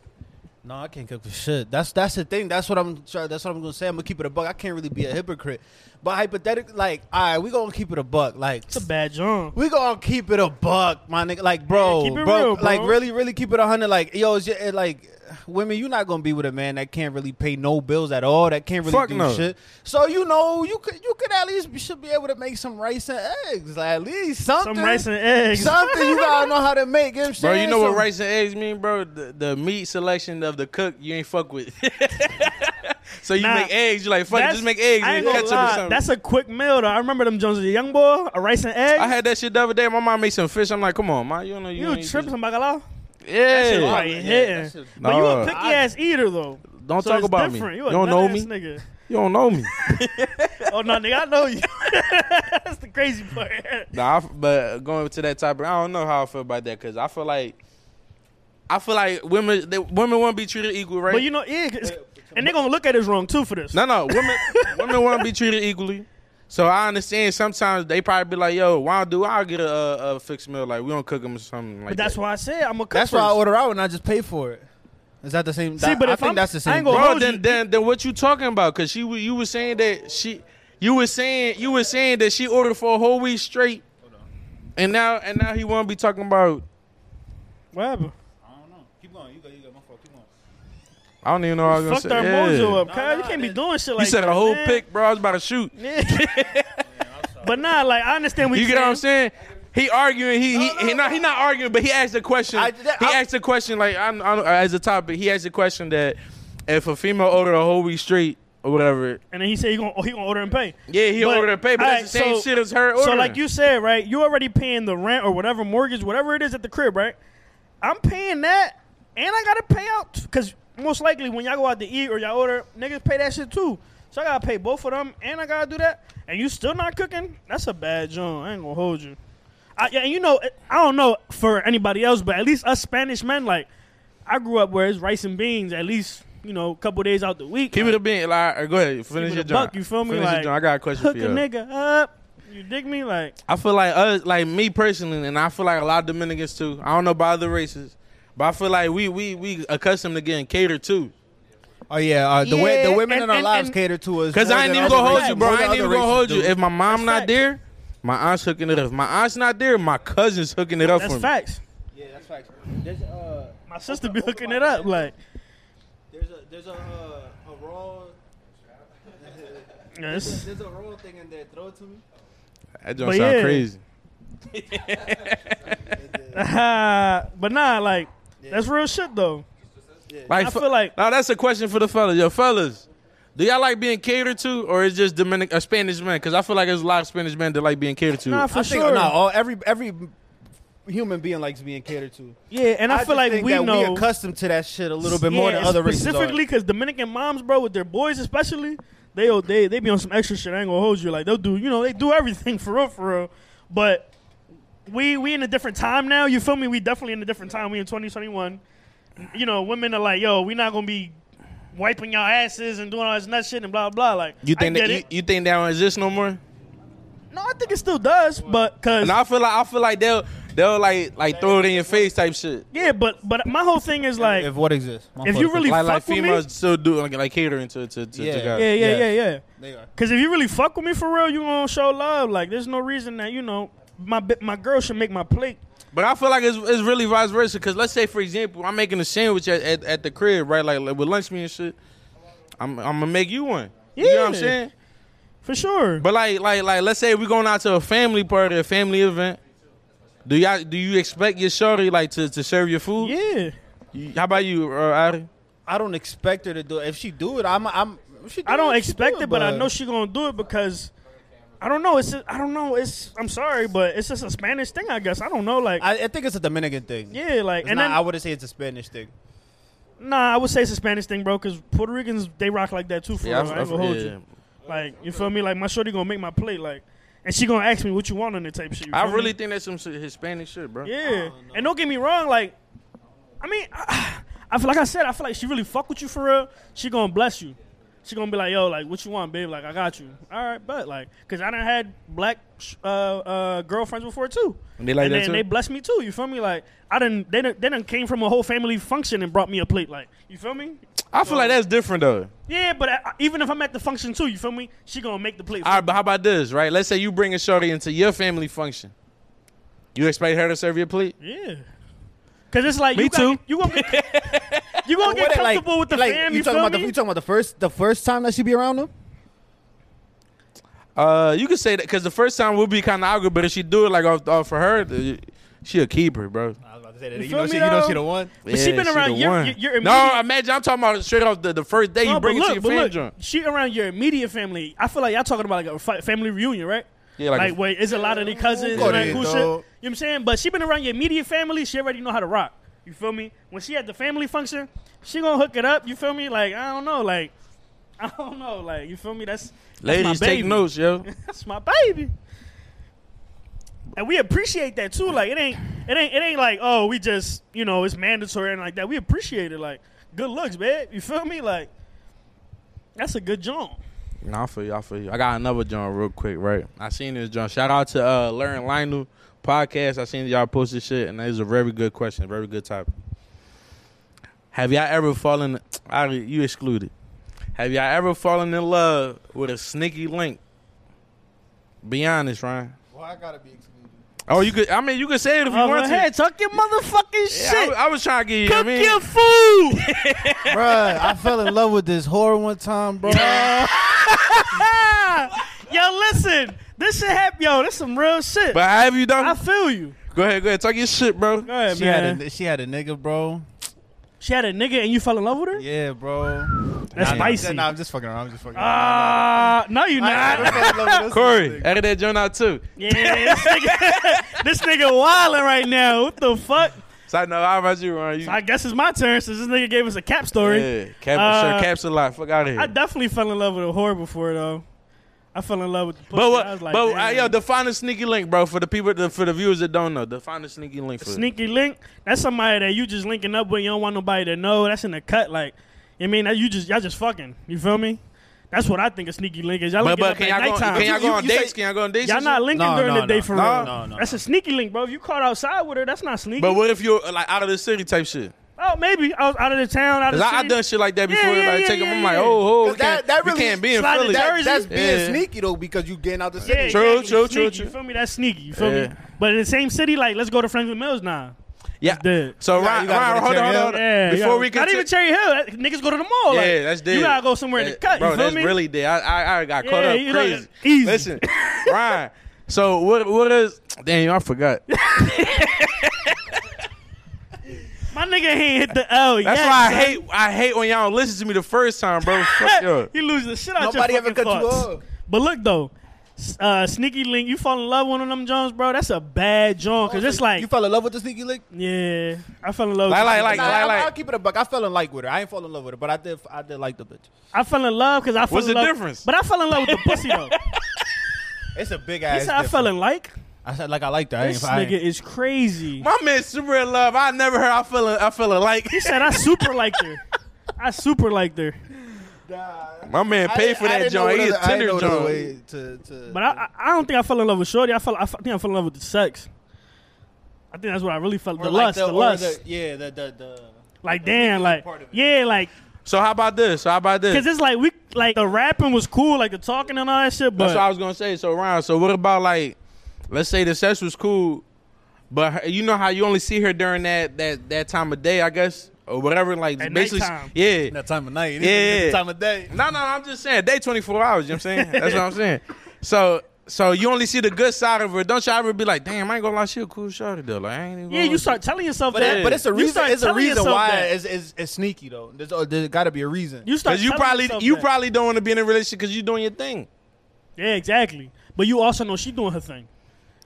No, I can't cook for shit. That's that's the thing. That's what I'm. try- That's what I'm gonna say. I'm gonna keep it a buck. I can't really be a hypocrite. But hypothetically, like, all right, we gonna keep it a buck. Like, it's a bad job. we gonna keep it a buck, my nigga. Like, bro, Yeah, keep it bro, real, bro. like, really, really keep it a hundred. Like, yo, it's just, it, like, women, you not gonna be with a man that can't really pay no bills at all. That can't really Fuck do no. shit. So you know, you could you could at least you should be able to make some rice and eggs. Like, at least something. Some rice and eggs. Something you gotta know how to make. You know what I'm Bro, you saying? know So- what rice and eggs mean, bro? The, the meat selection of the cook you ain't fuck with. so you Nah, make eggs, you like fuck, it, That's- just make eggs I and ain't gonna ketchup or lie. something. That's a quick meal. Though. I remember them Jones as a young boy, a rice and eggs. I had that shit the other day. My mom made some fish. I'm like, come on, ma, you don't know you, you ain't tripping, just- bacalao? That shit Yeah, right yeah, hitting. that shit- But you Nah. a picky ass eater though. don't So talk it's about me. different. You, You a don't know me. nut-ass Nigga. You don't know me. Oh no, nigga, I know you. That's the crazy part. Nah, I f but going to that topic, I don't know how I feel about that because I feel like I feel like women they, women want to be treated equal, right? But you know, yeah, it's- and they're gonna look at us wrong too for this. no, no, women women want to be treated equally. So I understand sometimes they probably be like, "Yo, why do I get a, a, a fixed meal? Like we don't cook them or something like but that's that." why I said I'm gonna cook That's first. why I order out and I just pay for it. Is that the same? See, that- but I if think I'm- that's the I same. ain't gonna thing. Bro, hold you- then, then then what you talking about? Cause she wa- you was saying that she you was saying you was saying that she ordered for a whole week straight, and now and now he want to be talking about. What happened? I don't know. Keep going. You got, you got my fault. Keep going. I don't even know what I was gonna Fucked say. our Yeah. mojo up, Nah, Kyle. You nah, can't be that- doing shit You like said that, a whole man. pick, bro. I was about to shoot. but nah, like I understand what You get what I'm saying. saying? He arguing. He he he not he not arguing, but he asked a question. I- that- he I- asked a question like I'm, I'm as a topic. He asked a question that if a female ordered a whole week straight or whatever, And then he said he gonna he gonna order and pay. yeah, he But- ordered a pay, but alright, that's the same so- shit as her order. So like you said, right? You already paying the rent or whatever mortgage, whatever it is at the crib, right? I'm paying that, and I gotta pay out because most likely when y'all go out to eat or y'all order, niggas pay that shit too. So I gotta pay both of them, and I gotta do that, and you still not cooking? That's a bad job. I ain't gonna hold you. I, yeah, and you know, I don't know for anybody else, but at least us Spanish men, like I grew up where it's rice and beans at least you know, a couple days out the week. Keep it a bit. Like, all right, go ahead. Keep Finish it your a job. buck, you feel me? Finish your Like, job. I got a question hook for a you. nigga up. You dig me? Like, I feel like us, like me personally, and I feel like a lot of Dominicans too. I don't know about other races, but I feel like we we we accustomed to getting catered to. Oh yeah, uh, the way the Yeah, women and- in our and- lives and- cater to us. Cause more I ain't even than other gonna hold races- you, bro. more I than ain't even other gonna hold races you. do. If my mom not facts. there, my aunt's hooking it up. If my aunt's not there, my cousin's hooking it up that's for me. facts. Yeah, that's facts. There's uh, My sister be hooking it up. Like, there's a there's a uh, a raw yeah, it's- there's a raw thing in there. Throw it to me. That don't But sound yeah. crazy. but nah, like, that's real shit though. Like, I fu- feel like- now that's a question for the fellas. Yo, fellas, do y'all like being catered to, or is just Dominic a Spanish man? Cause I feel like there's a lot of Spanish men that like being catered to. Nah, for I sure. think nah, all, every every human being likes being catered to. yeah, and I, feel just like think we that know we accustomed to that shit a little bit more Yeah, than other races. are. specifically because Dominican moms, bro, with their boys especially, they oh, they they be on some extra shit. I ain't gonna hold you. Like they'll do, you know, they do everything for real, for real. But we we in a different time now. You feel me? We definitely in a different time. We in 2021. You know, women are like, yo, we not gonna be wiping y'all asses and doing all this nut shit and blah blah. Like you I think get that you, it. you think that don't exist no more? no, I think it still does, but because And I feel like I feel like they'll they'll like like throw it in your face type shit. yeah, but but my whole thing is like if what exists, My If you fault. really Like like fuck with me? females still do like, like catering to to, to, Yeah. to guys. yeah yeah yeah. yeah yeah. They are. Cause if you really fuck with me for real, you gonna show love. Like there's no reason that you know my bi- my girl should make my plate. But I feel like it's, it's really vice versa. Cause let's say for example, I'm making a sandwich at, at, at the crib, right? Like, like with lunch meat and shit. I'm I'm gonna make you one. You know what I'm Yeah. saying? For sure. But like like like let's say we going out to a family party, a family event. Do y'all do you expect your shorty like to, to serve your food? yeah. You- How about you, uh, Adi? I don't expect her to do it. If she do it, I'm I'm. if she do I don't she expect do it, but I know she gonna do it because I don't know. It's just, I don't know. It's I'm sorry, but it's just a Spanish thing, I guess. I don't know. Like I, I think it's a Dominican thing. yeah, like It's and not- then I wouldn't say it's a Spanish thing. nah, I would say it's a Spanish thing, bro. Cause Puerto Ricans they rock like that too. For real. I, ain't gonna hold you. Like you feel me? Like my shorty gonna make my plate. Like and she gonna ask me what you want on the type shit. you I feel me? really think that's some shit- Hispanic shit, bro. Yeah, and don't get me wrong. Like, I mean, I, I feel like I said, I feel like she really fuck with you for real. She gonna bless you. She gonna be like, yo, like, what you want, babe? Like, I got you. All right, but like, cause I done had black sh- uh, uh, girlfriends before too. And they like and that then too? they blessed me too. You feel me? Like, I didn't. They done, they done came from a whole family function and brought me a plate. Like, you feel me? I feel like Oh. that's different though. Yeah, but I, I- even if I'm at the function too, you feel me? She gonna make the plate. for All right, me. but how about this, right? Let's say you bring a shorty into your family function. You expect her to serve your plate? Yeah. Cause it's like Me you too. Gonna, you gonna get, you gonna get What, like- comfortable with the like, fam. You, You, talking feel about the me? you talking about the first the first time that she be around him? Uh, you could say that because the first time would be kind of awkward, but if she do it like off, off for her, th- she a keeper, bro. I was about to say that. You You know feel she- me, you know though? she the one. But she been around the your- one. your- your no, immediate- imagine I'm talking about straight off the, the first day you No, bring but it look, to your but family look, joint. she around your immediate family. I feel like y'all talking about like a fi- family reunion, right? Yeah, like like, a- where it's a lot of their cousins Go and that there, cool dog. shit. You know what I'm saying? But she been around your immediate family. She already know how to rock. You feel me? When she at the family function, she gonna hook it up. You feel me? Like I don't know, like I don't know, like you feel me? That's, that's my Ladies, take baby. notes, yo. That's my baby. And we appreciate that too. Like it ain't it ain't it ain't like, oh, we just, you know, it's mandatory and like that. We appreciate it. Like, good looks, babe. You feel me? Like that's a good job. Nah, I feel you. I feel you. I got another joint real quick, right? I seen this joint. Shout out to uh, Learn Lionel podcast. I seen y'all post this shit, and that is a very good question, very good topic. Have y'all ever fallen? I, you excluded. Have y'all ever fallen in love with a sneaky link? Be honest, Ryan. Well, I gotta be excluded. Oh, you could. I mean, you could say it if you want to. tuck your motherfucking Yeah, I, was- I was trying to get you. I Cook mean, your food. Bruh, I fell in love with this whore one time, bro. uh, yo, listen. This shit happened. Yo, that's some real shit. but have you done? I feel you. go ahead, go ahead. Talk your shit, bro. Go ahead, she man. had a she had a nigga, bro. she had a nigga and you fell in love with her? Yeah, bro. That's Nah, spicy. Nah, I'm just fucking around. I'm just fucking around. Ah, no, you Nah, nah. not. I fell in love with this Corey, nigga. edit that joint out too. Yeah, this nigga, this nigga wilding right now. What the fuck? So I know how about you, Ryan. You, I guess it's my turn since this nigga gave us a cap story. Yeah, cap, Uh, sure, caps a lot. Fuck out of here. I definitely fell in love with a whore before though. I fell in love with. The pussy. but what? I was like, but uh, damn. yo, define the sneaky link, bro. For the people, the, for the viewers that don't know, define the sneaky link. For sneaky link. That's somebody that you just linking up with. You don't want nobody to know. That's in the cut. Like, I mean, that you just y'all just fucking. You feel me? That's what I think a sneaky link is. Y'all But, linking but up can at y'all go, nighttime. can y'all You- go you- on you dates? say- can y'all go on dates? Y'all and not shit? linking No, during no, the day no, for no, real. no, no. That's a sneaky link, bro. If you caught outside with her, that's not sneaky. But what if you're like out of the city type shit? oh, maybe I was out of the town. Out of Cause the I, I city. done shit like that Yeah, before. yeah, like yeah, take 'em, yeah, I'm like, yeah. oh, oh, we 'Cause that- can't, that we really can't be in slide it Philly. down. That, Jersey. that's being Yeah. sneaky though because you getting out the city. Yeah, True, exactly. true, true, Sneaky, true. You feel me? That's sneaky. You feel Yeah. me? But in the same city, like let's go to Franklin Mills now. Yeah. Dead. So You gotta- Ryan, you gotta Ryan, go hold to on, Cherry hold on. Hill. Yeah, Before yo, we not conti- even Cherry Hill. That, niggas go to the mall. like, yeah, that's dead. You gotta go somewhere in That- the cut. Bro, you feel that's me? really dead. I, I, I got caught Yeah, up you know, crazy. easy. Listen, Ryan. So what? What is? Damn, I forgot. That's My nigga ain't hit the L. yet, why I son. hate. I hate when y'all don't listen to me the first time, bro. Fuck y'all. you lose the shit out Nobody your ever fucking cut you thoughts. off. But look though, s- uh, sneaky link, you fall in love with one of them Jones, bro. That's a bad John because it's like, Oh, you fell in love with the sneaky link. yeah, I fell in love. Like, with like, Sneaky like, Nah, Link. I, like- I'll keep it a buck. I fell in like with her. I ain't fall in love with her, but I did. I did like the bitch. I fell in love because I fell What's in the love. difference? But I fell in love with the pussy though. It's a big You ass. said I fell in like I said like I liked her. I ain't, this nigga is crazy. My man, super in love. I never heard. I feel. I feel like He said I super liked her. I super liked her, my man paid for that joint. He a Tinder joint. To, to, but I, I I don't think I fell in love with Shorty. I fell I, f- I think I fell in love with the sex. I think that's what I really felt. The lust, the, lust. yeah, the the the. like damn, like part of it. yeah, like So how about this? So how about this? Cause it's like we like the rapping was cool, like the talking and all that shit, That's what I but was gonna say. So Ryan, so what about like, let's say the sex was cool, but her, you know how you only see her during that that that time of day, I guess, or whatever. Like At basically, nighttime. yeah. That time of night. Yeah. Time of day. No, no, I'm just saying day 24 hours. You know what I'm saying? That's what I'm saying. So. So you only see the good side of her. Don't you ever be like, damn, I ain't gonna lie, she a cool shorty though. Like, I ain't even yeah, gonna you lie. start telling yourself But, that. that, but it's a You reason. start It's a telling reason yourself why that. it's, it's, it's sneaky though. There's, oh, there's got to be a reason. you start Cause you telling probably yourself you that. probably don't want to be in a relationship because you doing your thing. yeah exactly. But you also know she doing her thing.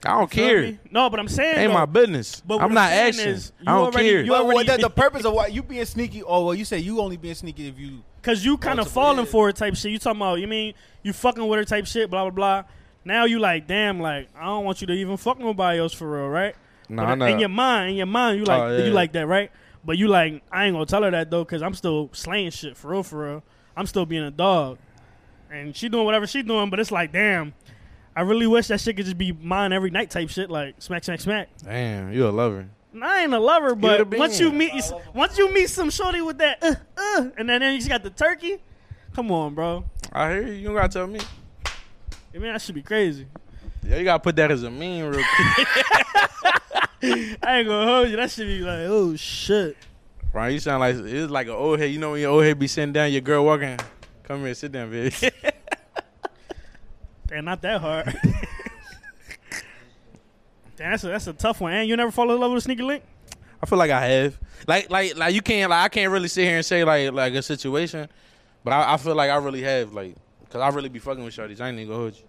I don't You feel care. me? No, but I'm saying Ain't though, my business. But what I'm I'm not saying action. is, I you don't already- care. you But already- what- that the purpose of why you being sneaky? Oh well, you say you only being sneaky if you. Cause you kind of Multiple, falling yeah. for it type shit. You talking about? You mean you fucking with her type shit? Blah blah blah. Now you like, damn, like I don't want you to even fuck nobody else for real, right? Nah, But I know. In your mind, in your mind, you like Oh, yeah. you like that, right? But you like I ain't gonna tell her that though, cause I'm still slaying shit for real, for real. I'm still being a dog, and she doing whatever she doing. But it's like, damn, I really wish that shit could just be mine every night type shit, like smack, smack, smack. Damn, you a lover. And I ain't a lover, the but bean. once you meet once you meet some shorty with that, uh, uh, and then then you got the turkey. Come on, bro. I hear you. You don't gotta tell me. I mean, that should be crazy. Yeah, you gotta put that as a meme real quick. I ain't gonna hold you. That should be like, oh shit. Ryan, you sound like it's like an old head. You know when your old head be sitting down, your girl walking, come here, sit down, bitch. Damn, not that hard. Damn, that's a, that's a tough one. And you never fall in love with a sneaky link? I feel like I have. Like like like you can't like I can't really sit here and say like like a situation, but I, I feel like I really have like cause I really be fucking with shorties. I ain't even gonna hold you.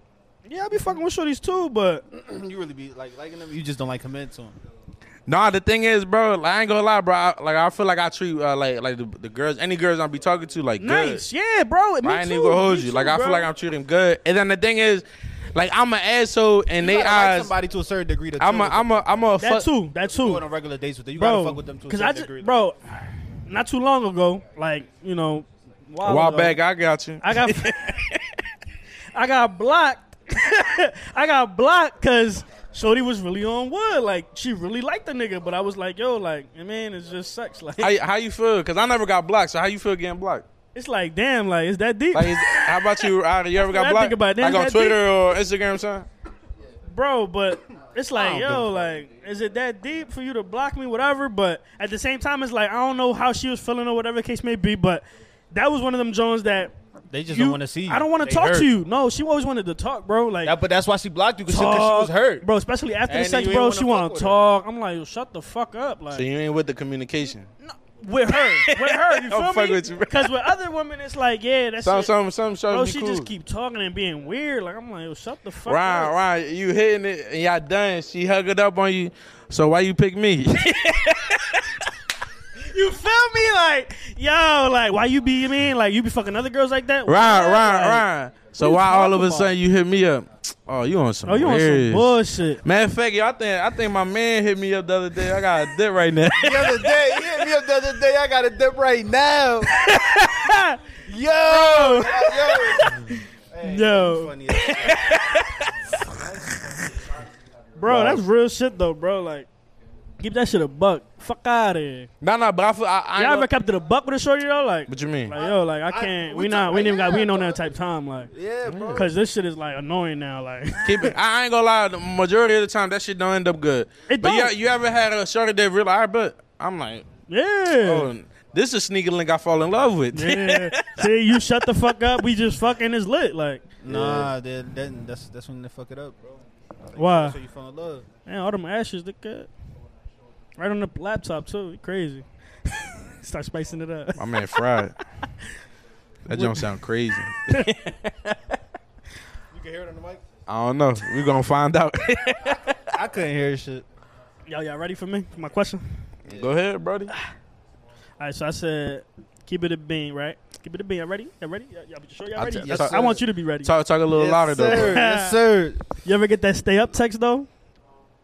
Yeah, I be fucking with shorties too, but you really be like liking them. You just don't like commit to them. Nah, the thing is, bro, like, I ain't gonna lie, bro. I, like I feel like I treat uh, like like the, the girls, any girls I be talking to, like good. nice. Yeah, bro. Me I ain't too. even gonna hold Me you. too, Like I bro. feel like I'm treating good. And then the thing is, like I'm an asshole in You they gotta like eyes. somebody to a certain degree. To I'm a I'm a I'm a that fuck. too. That You go too. on regular dates with them. You bro. gotta fuck with them to a Cause certain I just, degree. bro, not too long ago, like you know, a A while, while ago, back, I got you. I got, I got blocked. I got blocked because Shorty was really on wood. Like she really liked the nigga, but I was like, yo, like man, it's just sex. Like How, you- how you feel? Cause I never got blocked. So how you feel getting blocked? it's like damn, like it's that deep, Like, is, how about you? Ira? you ever got That's what I blocked? think about it. like on That's that Twitter or Instagram, son. bro. But it's like I yo, don't like is it that deep for you to block me, whatever? But at the same time, it's like I don't know how she was feeling or whatever the case may be. But that was one of them Jones that. they just you- don't want to see you. I don't want to They talk hurt. to you. No, she always wanted to talk, bro. Like Yeah, but that's why she blocked you because she, 'cause she was talk, hurt. bro. Especially after And the sex, you ain't bro. wanna She fuck want with to her. talk. I'm like, yo, shut the fuck up, like So you ain't with the communication. with her, with her. You Don't feel fuck me? with you, bro. Because with other women, it's like, yeah, that's Some it. some some bro. shows be She cool. just keep talking and being weird. Like I'm like, yo, shut the fuck Ryan, up. Ryan, you hitting it and y'all done. She hugged up on you. So why you pick me? You feel me? Like, yo, like why you be mean? Like you be fucking other girls like that? Ryan, Why? Ryan, Like, Ryan. So you why all of talking a about? sudden you hit me up? Oh, you on some? Oh, you on some weird- bullshit? Matter of fact, y'all think I think my man hit me up the other day. I got a dip right now. The other day, yeah, the other day, I got a dip right now. Yo, Yo, bro, that's real shit though, bro. Like, keep that shit a buck. Fuck out of here. Nah, nah, but I feel. I, I Y'all ain't ever gonna- kept it a buck with a shorty though? Like, what you mean? like yo, like I can't. we we not. We talk- ain't even got. We ain't on yeah. that type time. Like, yeah, bro. cause this shit is like annoying now. Like, Keep it. I ain't gonna lie. The majority of the time, that shit don't end up good. It but yeah, don't. you ever had a shorty that real? I but I'm like, yeah. oh, this is sneaky link I fall in love with. yeah. See, you shut the fuck up. We just fucking is lit. Like, Nah, that, that, that's that's when they fuck it up, bro. why? That's when you fall in love. Man, all them ashes look good. Right on the laptop too. You Crazy. Start spicing it up. My man fried. That don't sound crazy. You can hear it on the mic. I don't know. We're gonna find out. I couldn't hear shit. Y'all, y'all ready for me? For my question? Go ahead, Brody. All right, so I said, keep it a bean, right? Keep it a bean. Y'all ready? Y'all ready? Y'all, y'all sure y'all I ready? t- Yes, talk, I want you to be ready. talk talk a little louder though. bro. sir. yes, sir. You ever get that stay up text though?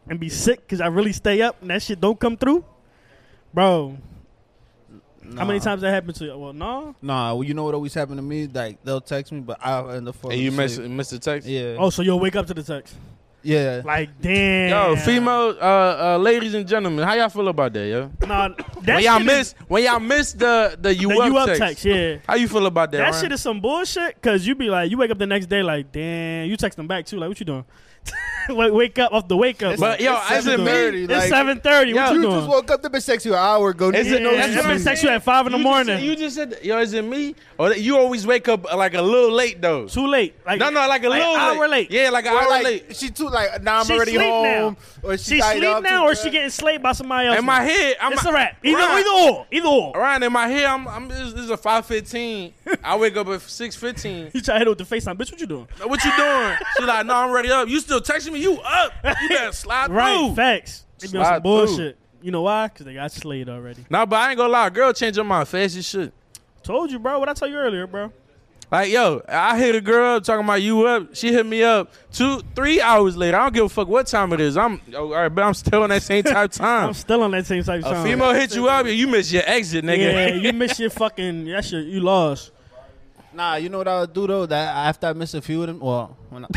And be sick because I really stay up and that shit don't come through? Bro, how many Nah. times that happened to you? Well, no. Nah, well, you know what always happened to me? Like they'll text me, but I'll end up falling And you miss, asleep. miss the text. Yeah. Oh, so you'll wake up to the text. yeah. Like, damn. Yo, female, uh, uh, ladies and gentlemen, how y'all feel about that, yo? Nah, that When y'all shit is- miss, when y'all miss the the you, the up, you up text, text, yeah. how you feel about that? That Ryan? shit is some bullshit. Cause you be like, you wake up the next day like, damn, you text them back too. Like, what you doing? like, wake up off the wake up. But yo, It's is it me? 7:30. it's like- seven thirty. What Yo, you, you doing? just woke up. They've been sexing you an hour ago. Is it- yeah, no, yeah, that's yeah. what I'm been sex you saying. at five in the You just morning. said- you just said, yo, is it me? Or that- you always wake up uh, like a little late though? too late. Like No, no, like a little hour late. Yeah, like an Or hour like late. she too like now I'm She already sleep now. home or she, She tied sleep up now, too or she good. getting slayed by somebody else? In my now? head, I'm it's a- a wrap. Either, Ryan. either or, either or. Around in my head, I'm, I'm this, this is a five fifteen. I wake up at six fifteen. You try to hit it with the FaceTime, bitch. What you doing? What you doing? She like, no, I'm ready up. You still texting me? You up? You better slide Right, through. facts. They be on Slide some through. bullshit. You know why? Cause they got slayed already. Nah, but I ain't gonna lie, girl, change your mind fast as shit. Told you, bro. What I tell you earlier, bro. Like, yo, I hit a girl up talking about you up. She hit me up two, three hours later. I don't give a fuck what time it is. I'm oh, all right, but I'm still on that same type I'm time. still on that same type of A time. female hit you up, you miss your exit, nigga. Yeah, you miss your fucking. That shit, you lost. Nah, you know what I would do though? That after I miss a few of them, well, when I,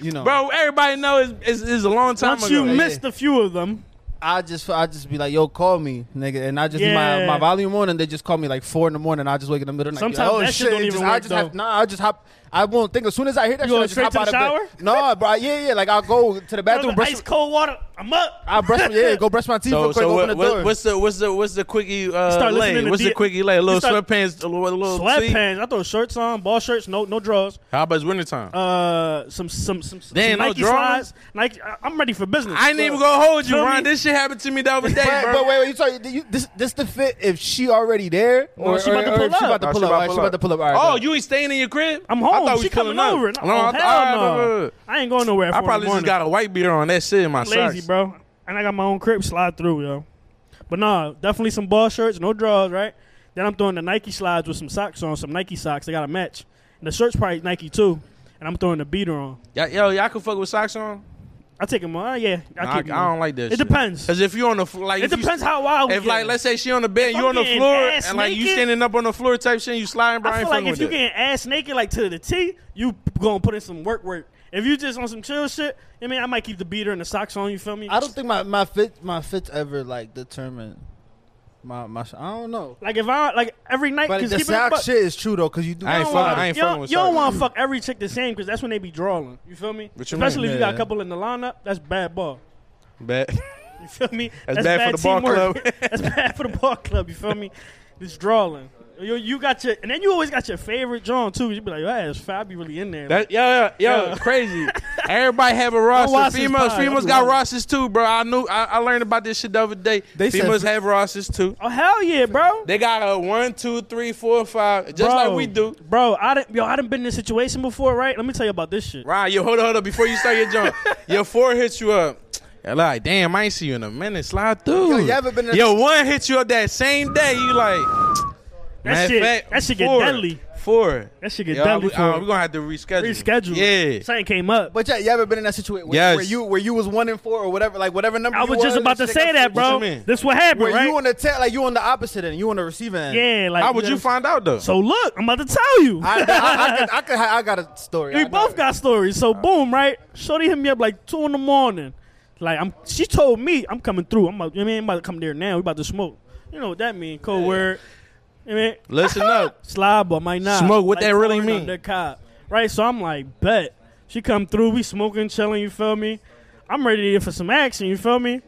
you know, Bro, everybody know it's, it's, it's a long time Once ago. you miss- missed a few of them, I just I just be like, yo, call me, nigga, and I just Yeah. my, my volume on, and they just call me like four in the morning. I just wake in the middle. of the night, be Sometimes like, oh that shit don't and even just, I work, just have, though. nah, I just hop. I won't think as soon as I hear that You shit, go I just straight hop to out the of bed. No, bro, yeah, yeah, like I'll go to the bathroom, brush. ice cold water. I'm up. I brush, my- yeah, go brush my teeth so, real quick, so open what, the what- door. what's the what's the what's the quickie uh, start listening lay? to What's the D- quickie lay? A you little start- sweatpants, a little, a little tee? Sweatpants. I throw shirts on, ball shirts, no no drawers. How about it's wintertime? Uh, some some some, some Damn, no Nike drawers? slides. Nike. I- I'm ready for business. I ain't even gonna hold you, Tell Ron. me- This shit happened to me the other day, but, bro. but wait, wait, you talking? You, this this the fit if she already there No, she about to pull if She up. about Oh, to pull up. Alright, she about to pull up. All right, oh, you ain't staying in your crib? I'm I home. thought we she was pulling coming over. up. No, oh, I, hell thought- all right, no. bro, bro. I ain't going nowhere. I probably just got a white beater on that shit in my lazy, socks. bro. And I got my own crib slide through, yo. But nah, definitely some ball shirts, no drawers, right? Then I'm throwing the Nike slides with some socks on, some Nike socks. They got a match. And the shirt's probably Nike too. And I'm throwing the beater on. Y- yo, y'all can fuck with socks on? I take them on. Ah, Yeah, I, Nah, I, I keep 'em on. don't like that It depends. Because if you on the floor, like, It if you- depends how wild. we If, like, get. let's say she on the bed, If you I'm on the getting floor, ass and, like, you naked- standing up on the floor type shit, and you sliding, bro, I I ain't feel like fucking if with you that. getting ass naked like to the T, you gonna put in some work work. If you just on some chill shit, I mean, I might keep the beater and the socks on. You feel me? I don't think my my fit my fits ever like determined my my. sh- I don't know. like if I like every night. But Cause the keep it a sock buck, shit is true though, because you do. I ain't you don't fucking- wanna- I ain't you don't- fucking with You don't socks. want to fuck every chick the same because that's when they be drawing. You feel me? What you mean? Especially if you got a Yeah. couple in the lineup, that's bad ball. Bet. You feel me? That's bad for the ball teamwork. club. that's bad for the ball club. You feel me? This drawing. You, you got your and then you always got your favorite drawing too. You be like, that is fab. You really in there? That, yo, yo, yo, Yeah. crazy. Everybody have a roster. watch this Females, pod. females I'm got wrong. rosters too, bro. I knew, I, I learned about this shit the other day. They said Females fe- have rosters too. oh hell yeah, bro. They got a one, two, three, four, five, just like we do. Bro, I didn't yo, I done been in a situation before, right? Let me tell you about this shit. Ryan, yo, hold up, hold up. Before you start your jump, your four hits you up. You're like, damn, I ain't see you in a minute. Slide through. Yo, you ever been in a- Yo, one hit you up that same day. You like, That shit- that shit get four, deadly. before. That shit get Yo, uh, done we, before. are gonna have to reschedule. Rescheduled. Yeah. Something came up. But yeah, you ever been in that situation where, Yes. where you where you was one and four or whatever, like whatever number. I you was just about to and shit say that, got switched. What bro. you mean? This what happened, Where right? you on the te- like you on the opposite end, you on the receiving end. yeah, like How would you find out though? So look, I'm about to tell you. I, I, I, could, I, could, ha- I got a story. I we know both it. got stories. So boom, right? Shorty hit me up like two in the morning. Like I'm, she told me I'm coming through. I'm about, you know what I mean, I'm about to come there now. We about to smoke. You know what that mean? Code word. You know what I mean, Listen up. slob but might not. Smoke, what that really corn mean? under cob. Right, so I'm like, bet. She come through, we smoking, chilling, you feel me? I'm ready for some action, you feel me?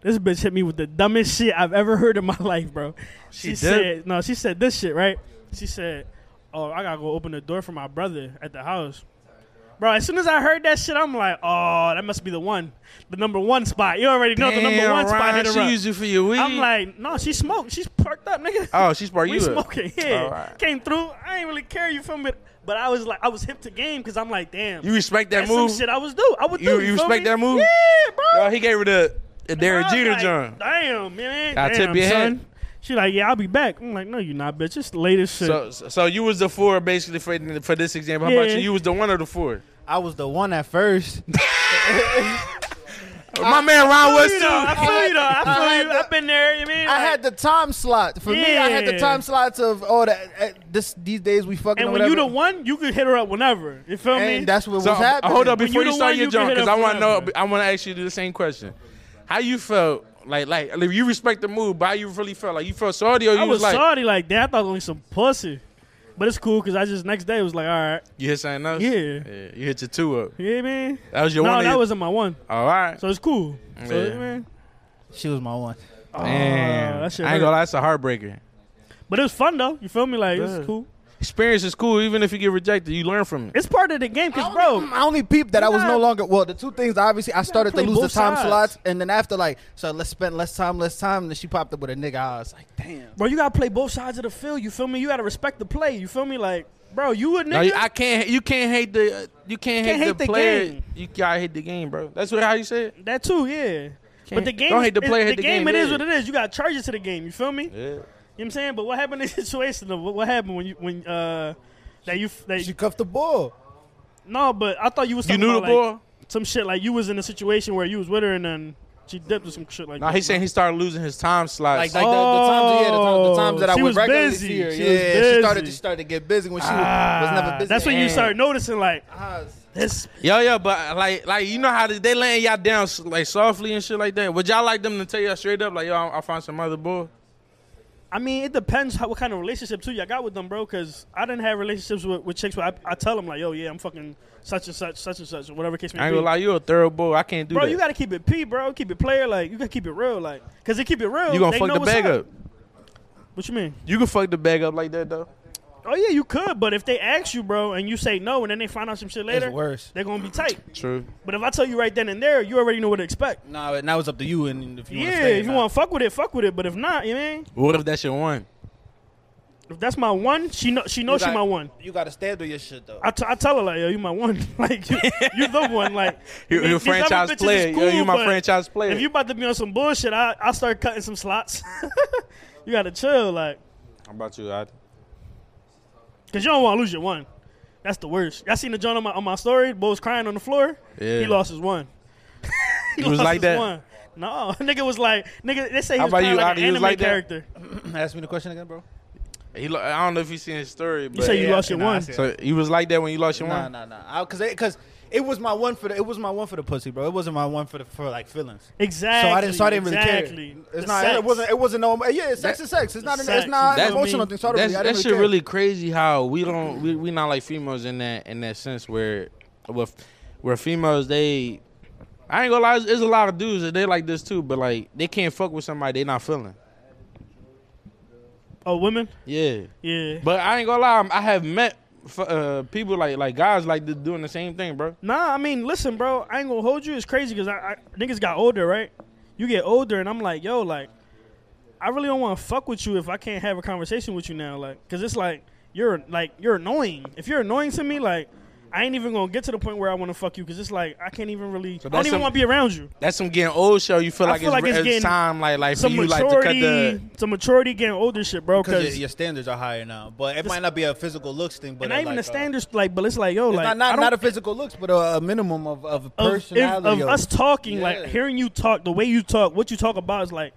This bitch hit me with the dumbest shit I've ever heard in my life, bro. She did? said, no, she said this shit, right? She said, oh, I gotta go open the door for my brother at the house. Bro, as soon as I heard that shit, I'm like, oh, that must be the one. The number one spot. You already know the number Damn, one spot Ryan, hit her she up. used you for your weed. I'm like, no, she smoked. She's parked up, nigga. oh, she's part We you. up. smoking, yeah. All right. Came through. I ain't really care you from it, but I was like, I was hip to game because I'm like, damn. You respect that that's some move? shit I was do. I would do. You- you feel respect me? that move? Yeah, bro. Yo, he gave her the, the Derek I was Jeter, like, John. Damn, man. I I tip damn, your son. head. She like, yeah, I'll be back. I'm like, no, you not, bitch. It's the latest shit. So, so you was the four basically for, for this example. How about Yeah. you? You was the one or the four? I was the one at first. My man Ron I was feel you though. I too. feel you though. I I had feel you. the- I've been there. You mean? I had the time slot for me. I had the Yeah. time slots of oh that eh, this these days we fucking And or when you whatever. the one, you could hit her up whenever. You feel and me? that's what So, was happening. hold up When before you you the start one, your you job can hit because I up want to know. forever. I want to ask you the same question. How you felt? Like, like, if you respect the move, but how you really felt? Like, you felt sorry or you I was like, sorry like that. I thought it was only some pussy, but it's cool because I just next day was like, all right, you hit something else? Yeah. You hit your two up. you hear me? That was your No, one. that you- wasn't my one. all right. So it's cool. So, Yeah. man. Ah, She was my one. Damn. that shit I ain't hurt. gonna lie, that's a heartbreaker. But it was fun though. You feel me? Like Yeah. it's cool. Experience is cool, even if you get rejected, you learn from it. It's part of the game, cause I only- bro, I only peeped that I was no gotta- longer. Well, the two things obviously I started to play lose the both time sides. slots, and then after like so let's spend less time, less time. And then she popped up with a nigga. I was like, damn. bro, you gotta play both sides of the field. You feel me? You gotta respect the play. You feel me? Like, bro, you a nigga. No, you- I can't. You can't hate the. You can't, Can't hate, hate the the player. game. You gotta hate the game, bro. That's what how you say it. that too, yeah. Can't- But the game, don't hate the is- player, The, hate the game, game, it is yeah. what it is. You gotta charge it to the game. You feel me? You know Yeah. what I'm saying? But what happened in the situation? Though? What, what happened when you when uh that you that She you, cuffed the ball. no? But I thought you was You talking knew the about, like, ball. Some shit like you was in a situation where you was with her and then she dipped or some shit like No, that. he's saying he started losing his time slots. Like, like the, the times, yeah, the, time, the times that I She would was regularly busy. see her. She yeah, was she started. busy. She started to get busy when she was Ah, never busy. That's when you And start noticing like I was- this. yo, yo, but like, like you know how they- they laying y'all down s- like softly and shit like that. Would y'all like them to tell y'all straight up like, yo, I, I found some other boy? I mean, it depends how, what kind of relationship too y'all got with them, bro. Because I didn't have relationships with, with chicks where I, I tell them like, yo, yeah, I'm fucking such and such, such and such, or whatever case may I ain't be. gonna lie, you a thorough boy. I can't do bro, that. you gotta keep it p, bro. Keep it player, like you gotta keep it real, like because they keep it real. You gonna they fuck know the what's bag up. What you mean? You can fuck the bag up like that though. Oh yeah, you could, but if they ask you, bro, and you say no, and then they find out some shit later, worse. They're gonna be tight. True. But if I tell you right then and there, you already know what to expect. Nah, now it's up to you. And if you yeah, wanna stay or if you not. want to fuck with it, fuck with it. But if not, you mean What if that's your one? if that's my one, she know she knows Oh, she got- my one. You gotta stand on your shit though. I, t- I tell her like, yo, you my one, like you, you the one, like You, these- you a these other franchise bitches is player. yo, you cool, my but franchise player. If you about to be on some bullshit, I I start cutting some slots. you gotta chill, like, How about you, Ad? cause you don't want to lose your one. That's the worst. Y'all seen the John on my on my story? Boy was crying on the floor. Yeah. He lost his one. he You was lost like his that? One. No, nigga was like, nigga. They say he How was about crying you, like Adi? an You was anime like that? character. Ask me the question again, bro. He, lo- I don't know if you seen his story, but You say you yeah, lost your nah, I one. see it. so you was like that when you lost your Nah, one. nah, nah. I, cause, it, cause it was my one for the it was my one for the pussy, bro. It wasn't my one for the for like feelings. Exactly. so I didn't, so I didn't really exactly. care. It's The not. sex. It wasn't. It wasn't no. Yeah, it's sex That- is sex. It's not. An, sex. it's not That's- an emotional I mean, thing. So I don't That's, really, I that didn't shit care. really crazy how we don't we, we not like females in that in that sense where with where females they I ain't gonna lie there's a lot of dudes that they like this too but like they can't fuck with somebody they not feeling Oh, women. yeah Yeah. but I ain't gonna lie I'm- I have met f- uh, people like like guys like this doing the same thing bro Nah, I mean, listen, bro. I ain't gonna hold you. It's crazy because I, I niggas got older, right? You get older, and I'm like, yo, like, I really don't want to fuck with you if I can't have a conversation with you now, like, because it's like you're like you're annoying. If you're annoying to me, like, I ain't even gonna get to the point where I want to fuck you because it's like I can't even really. I don't that's even some- want to be around you. That's some getting old show. You feel I like, feel it's, like it's it's getting time, like like for Some you, like to cut maturity, the. some maturity, getting older shit, bro. because your, Because your standards are higher now. But it This- might not be a physical looks thing, but not it even the like, uh, standards, like, but it's like yo, it's like not I not, don't not a physical looks, but a, a minimum of of of, if, personality. of us talking, like Yeah. hearing you talk, the way you talk, what you talk about is like,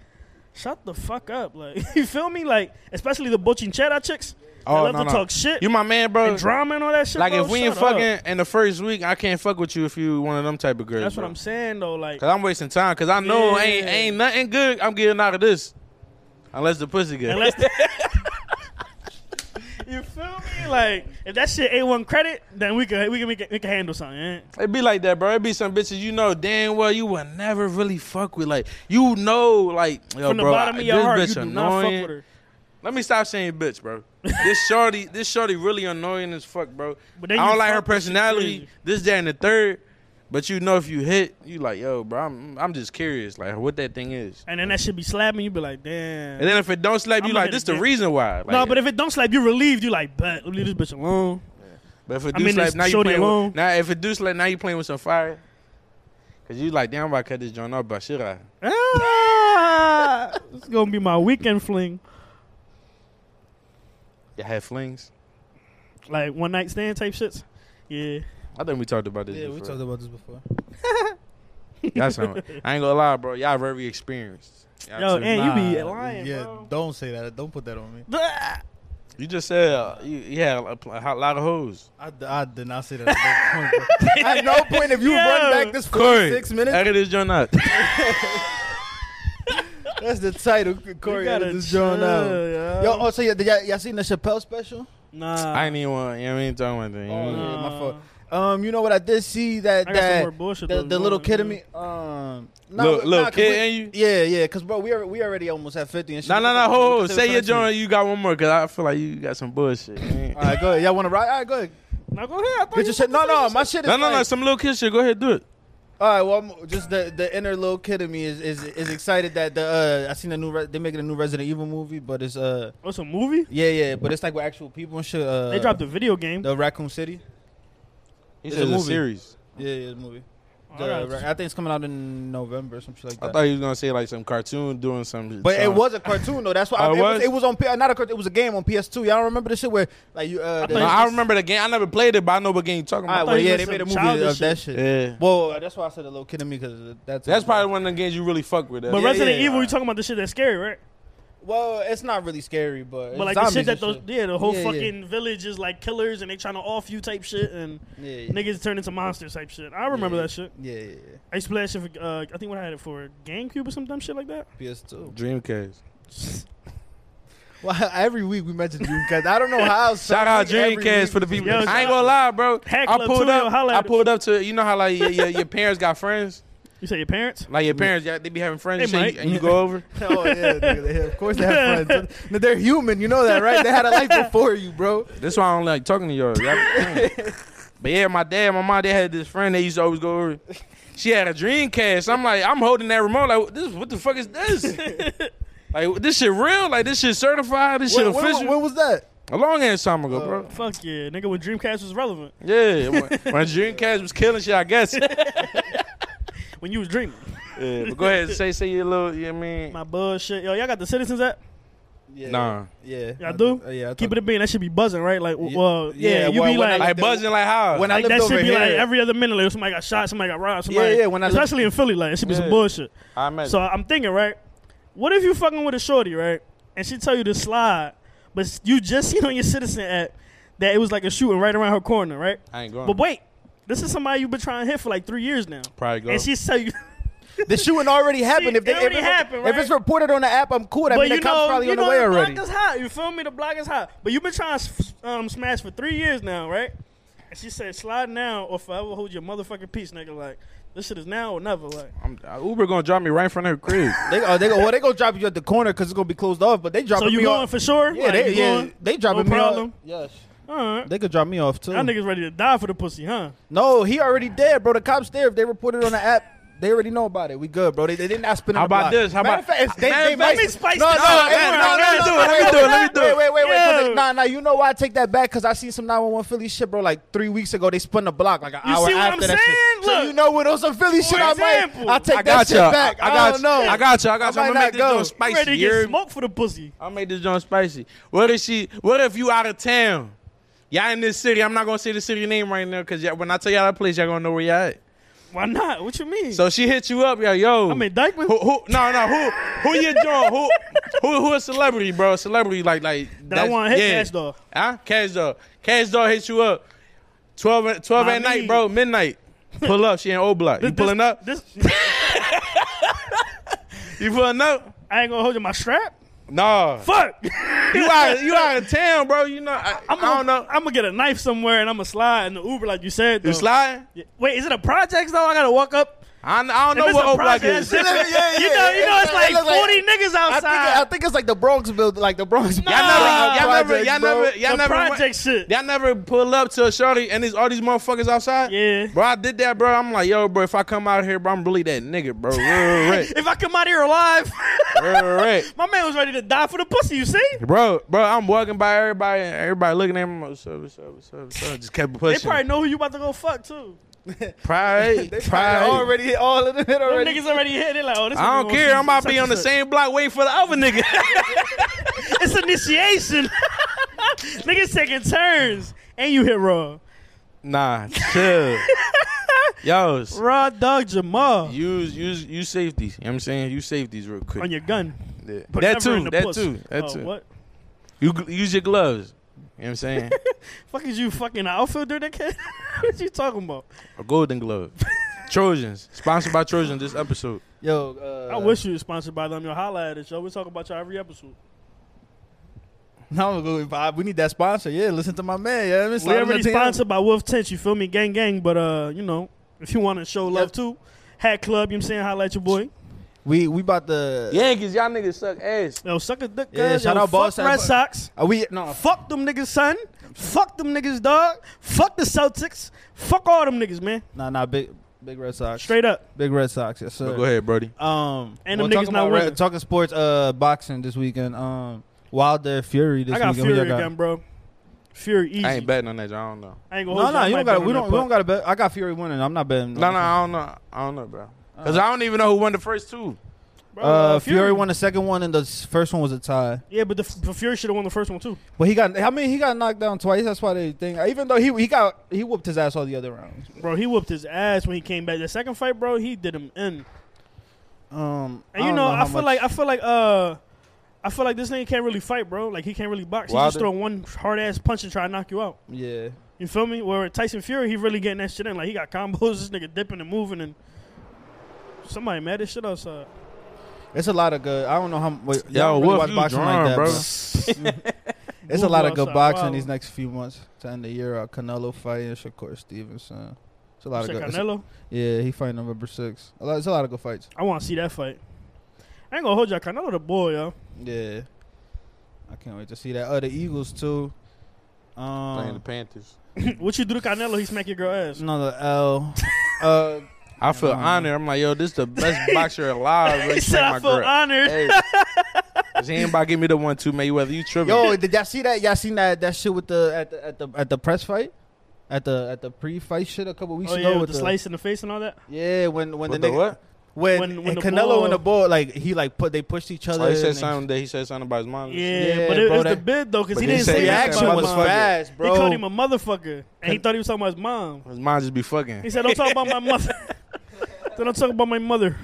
shut the fuck up, like you feel me, like especially the bochinchera chicks. that Oh, love no, to no. talk shit You my man, bro. and drama and all that shit. Like bro, if we ain't shut up. fucking in the first week, I can't fuck with you if you one of them type of girls. that's what bro. I'm saying though. Like Cause I'm wasting time. Cause I know Yeah. ain't ain't nothing good. I'm getting out of this, unless the pussy good. unless you feel me, like if that shit ain't one credit, then we can we can we can, we can handle something. eh? It be like that, bro. It be some bitches you know damn well you would never really fuck with. Like you know, like yo, From the Oh, bro, bottom I- of your this heart, bitch you do annoying. not fuck with her. Let me stop saying bitch, bro. This shorty, this shorty really annoying as fuck, bro. But I then you don't like fuck her with shit personality. crazy. This, that, and the third. But you know, if you hit, you like, yo, bro, I'm, I'm just curious, like, what that thing is. And then that shit be slapping. You be like, damn. And then if it don't slap, you I'ma like, hit this it the back. reason why. Like, no, but if it don't slap, you relieved. You like, but leave this bitch alone. But if it I do mean, slap, it's now you shorty playing alone. with, now if it do slap, now you playing with some fire. Cause you like, damn, I'm about to cut this joint up, but should I? Ah, it's gonna be my weekend fling, You had flings. like one night stand type shits. Yeah, I think we talked about this. yeah, before. we talked about this before. That's something. I ain't gonna lie, bro. Y'all very experienced. Y'all Yo, too. and- you be lying, Yeah, bro. don't say that. Don't put that on me. you just said uh, you, you had a, pl- a lot of hoes. I, d- I did not say that. At no point, bro. At no point if you Yo. run back this Corey, forty-six minutes. Edit this joint out. That's the title. Corey gotta edit this joint out. chill, Yo, oh, yo. also, y'all, y'all, y'all seen the Chappelle special? nah, I ain't even want. You know, I ain't talking about that. You Oh, know? yeah, my Nah. fault. Um, you know what I did see that I got some that more bullshit. the, though, the little man. kid in me. Um, Look, look, cause kid, we- and you. Yeah, yeah, cause bro, we are, we already almost at fifty and shit. No, no, no. Hold, hold. Consider Say your 13. joint. You got one more, cause I feel like you got some bullshit. man. All right, go ahead. Y'all want to ride? All right, go ahead. Now go ahead. I thought Get you your shit. No, no, my shit is. no, no, no. fine. Some little kid shit. Go ahead, do it. All right, well, I'm, just the the inner little kid in me is is, is excited that the uh, I seen a new re- they making a new Resident Evil movie, but it's uh Oh, it's a movie. yeah yeah, but it's like with actual people and shit. Uh, They dropped the video game. the Raccoon City. He It's said a a movie. series. Yeah, yeah, the movie. All The, right. Ra- I think it's coming out in November or something like I that. thought he was gonna say like some cartoon doing some. But it some- was a cartoon though. That's why I, Oh, it it, was? was? it was on P- not a cartoon. It was a game on PS2. Y'all remember the shit where like you? Uh, I the- No, thought- I remember the game. I never played it, but I know what game you talking all right, about. thought well, you yeah, meant they made a some movie of childish that shit. Yeah. Well, uh, that's why I said a little kid in me because that's That's probably one of the games you really fuck with. but Yeah, Resident yeah. Evil, you talking about the shit that's scary, right? well, it's not really scary, but it's But like the shit zombies that and those yeah, the whole Yeah, yeah. fucking village is like killers and they trying to off you type shit and yeah, yeah, niggas turn into monsters type shit. I remember Yeah. that shit. yeah, yeah, I used to play that shit for uh, I think when I had it for GameCube or some dumb shit like that. yeah. PS2. Dreamcast. Well, every week we mention Dreamcast. I don't know how. Shout out every Dreamcast week for the we people. Yo, mention- I ain't gonna lie, bro. Hack I Club pulled too, yo, up. holla I at pulled up to you know how like your, your, your parents got friends, You say your parents? like your parents yeah, they be having friends and, They shit, might. and you go over. Oh yeah, nigga, they, of course they have friends. No, They're human, you know that, right? They had a life before you, bro. That's why I don't like talking to y'all. Y'all be- but yeah, my dad, my mom, they had this friend they used to always go over. She had a Dreamcast. I'm like, I'm holding that remote. Like, this, what the fuck is this? like, this shit real? Like, this shit certified? This shit When, when- official? when was that? A long ass time ago, Uh, bro. Fuck yeah, nigga. When Dreamcast was relevant, Yeah, when, when Dreamcast was killing shit, I guess. yeah, when you was dreaming, but go ahead, say say your little. You know what I mean? my bullshit. Yo, y'all got the Citizens app? Yeah. Nah. Yeah. Y'all do? Uh, yeah. I Keep it thought- a bean. That should be buzzing, right? Like, Yeah. well, yeah, Yeah, you well, be when I- like, Like buzzing like how? When I like lived that should over be here, like every other minute. Like, somebody got shot, somebody got robbed, somebody. yeah, when I lived- especially in Philly, like it should be Yeah. some bullshit. I met. So I'm thinking, right? What if you fucking with a shorty, right? And she tell you to slide, but you just seen on your Citizen app that it was like a shooting right around her corner, right? I ain't going. But wait, this is somebody you've been trying to hit for like three years now, Probably go. and she tell you. the shooting already happened. if they it already if, it's- happened, if right? it's reported on the app, I'm cool. I mean, the cops probably on the way already. block is hot. You feel me? The block is hot. But you've been trying to s- um, smash for three years now, right? And she said, "Slide now, or forever hold your motherfucking peace, nigga." Like this shit is now or never. Like I'm, uh, Uber gonna drop me right in front of her crib. They, oh, they go. Well, they gonna drop you at the corner because it's gonna be closed off. But they dropping so you me going off. for sure? Yeah, Like, they, you yeah, going? they dropping No me off. Mm. problem. Yes, All right. they could drop me off too. Y'all niggas ready to die for the pussy, huh? No, he already dead, bro. The cops there. If they reported on the app. They already know about it. We good, bro. They, they didn't ask spin on How the about block. this? How Matter about- of fact, it's- they, Matter they of fact- might- let me spice no, this no, up. hey, Let me- no, let me no, do it, no, no, let me wait, do it, let me do it. Wait, wait, wait, wait. 'cause Yeah. they- nah, nah. You know why I take that back? Cause I seen some 911 Philly shit, bro. Like three weeks ago, they spun the block like an You hour see what I'm after that saying? shit. So Look. you know what? On some Philly shit, I example. might. I take I got that shit you. back. I got don't you. know. I got you. I got you. I I'm gonna might make not this joint go. You spicy. ready to you hear get me? smoked for the pussy? I made this joint spicy. What if she? What if you out of town? Y'all in this city. I'm not gonna say the city name right now because when I tell y'all that place, y'all gonna know where y'all at. Why not? What you mean? So she hit you up, yo, yo. I'm in Dykeman. Who, who? No, no. Who? Who you joint? Who? Who? Who a celebrity, bro? A celebrity like like that I want to hit yeah. cash dog. Huh? Cash dog. Cash dog hit you up. 12, at- 12 My at night, mean. bro. Midnight. Pull up. She in O block. You This- pulling this- up? This, You pulling up? I ain't gonna hold you my strap. Nah. Fuck. You out, you out of town, bro. You know, I, I I'm gonna, don't know. I'm gonna get a knife somewhere and I'm gonna slide in the Uber like you said. Though. You sliding? Yeah. Wait, is it a project though? I gotta walk up. I, I don't If know it's what a O block project, is. that's Y'all different. yeah, you yeah. know, you know, it's It like look like- 40 niggas I think, outside. I think it's like the Bronx building, like the Bronx. building. never, y'all never, Projects, y'all bro. never, y'all the never, project went- shit. y'all never pull up to a shorty and there's all these motherfuckers outside. Yeah. bro, I did that, bro. I'm like, yo, bro, if I come out here, bro, I'm really that nigga, bro. Real, real, if I come out here alive, real, real, real. my man was ready to die for the pussy. You see? Bro, bro, I'm walking by everybody, and everybody looking at me. like, What's up? What's up? What's up? What's up? Just kept They pushing. probably know who you about to go fuck too. Pride, They pride. probably already hit all of it Them already. niggas already hit. They like, oh, this. I nigga don't gonna care. shoot I'm about to such be and on the such. same block waiting for the other nigga. It's initiation. niggas taking turns, and you hit raw, nah, chill. Yo, s- raw dog Jamal use use use safeties. You know what I'm saying use safeties real quick. on your gun. Yeah. Put that cover in too. the That puss. too. That Oh, too. What? You gl- use your gloves. You know what I'm saying? Fuck is you fucking outfielder, nigga? what you talking about? A golden glove. Trojans. Sponsored by Trojans this episode. Yo, uh, I wish you was sponsored by them. Yo, holla at us, yo. We talk about y'all every episode. No, I'm going Bob. We need that sponsor. Yeah, listen to my man. Yeah, We already sponsored by Wolf Tense, you feel me? Gang gang, but uh, you know, if you want to show love too, Hat Club, you know what I'm saying? Holla at your boy. We we about the Yankees, y'all niggas suck ass. Yo, suck a dick, Yeah, cuz. shout Yo, out fuck Boston. Red Sox. Are we no? Fuck them niggas, son. Fuck them niggas, dog. Fuck the Celtics. Fuck all them niggas, man. Nah, nah. Big big Red Sox. Straight up. Big Red Sox. Yes, sir. Go ahead, Brody. Um, And them well, niggas talking not about winning. Red, talking sports. Uh, boxing this weekend. Um, Wilder Fury this I got weekend. Who y'all Fury again, bro. Fury easy. I ain't betting on that. y'all. I don't know. I ain't gonna No, hold no, you you. I don't might got. bet We on don't. that We don't puck. got to bet. I got Fury winning. I'm not betting. No, no, I don't know. I don't know, bro. Cause I don't even know who won the first two. Bro, Uh, Fury won the second one, and the s- first one was a tie. Yeah, but the, the Fury should have won the first one too. But he got. I mean, he got knocked down twice. That's why they think. Even though he he got he whooped his ass all the other rounds. Bro, he whooped his ass when he came back. The second fight, bro, he did him in. Um, And I you don't know, how I feel much- like I feel like uh I feel like this nigga can't really fight, bro. Like he can't really box. He just Wilder. throw one hard ass punch and try to knock you out. yeah. You feel me? Where Tyson Fury, he really getting that shit in. Like he got combos, this nigga dipping and moving and somebody mad as shit outside. It's a lot of good. I don't know how. Wait, Yo, y'all don't really Wolf, watch you boxing drawn, like that, bro. bro. It's a lot of good Wolf outside, boxing wild. these next few months to end the year out. Canelo fighting Shakur Stevenson. It's a lot Shit, of good. it's- Canelo. yeah, he fighting November 6th. A lot, it's a lot of good fights. I wanna see that fight. I ain't gonna hold y'all. Canelo the boy, yo. Yeah, I can't wait to see that. Oh, the Eagles too. Playing the Um, Panthers. what you do to Canelo, he smack your girl ass. another L. uh, I feel Yeah. honored. I'm like, yo, this the best boxer alive. bro. he He said smacked I my feel grip. honored. Hey, Cause he ain't about to give me the one two Mayweather. You tripping? yo, did y'all see that? Y'all seen that that shit with the at the at the at the press fight, at the at the pre-fight shit a couple weeks Oh ago yeah, with the slice in the face and all that. Yeah, when when With the, the nigga, what? when, When- when and the Canelo ball- and the ball like he like put they pushed each other. Oh, he and said they- something. That he said something about his mom. Yeah, Yeah, but it bro, was the that- bid though, because but he they didn't said say that reaction about was motherfucker. fast, bro. He called him a motherfucker, and he thought he was talking about his mom. His mom just be fucking. He said, "Don't talk about my mother." Then don't talk about my mother.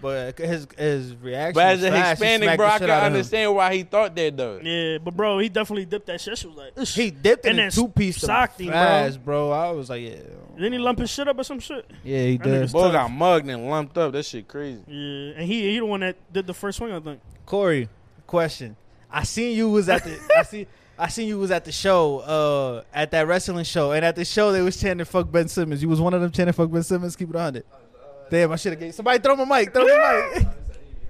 But his his reaction. But as was a fast. He Hispanic, smacked bro, the I shit can out of him. understand why he thought that though. Yeah, but bro, he definitely dipped that shit. She was like, "Ish." He dipped And in a then two piece socked him, bro. fast, bro. I was like, yeah, Then he lump his shit up or some shit. yeah, he That did. nigga's- Boy tough. got mugged and lumped up. That shit crazy. Yeah, and he he the one that did the first swing, I think. Corey, question. I seen you was at the. I see. I seen you was at the show, uh, at that wrestling show, and at the show they was chanting "fuck Ben Simmons." You was one of them chanting "fuck Ben Simmons." Keep it on it. Damn, I should have gave somebody throw my mic. Throw my mic.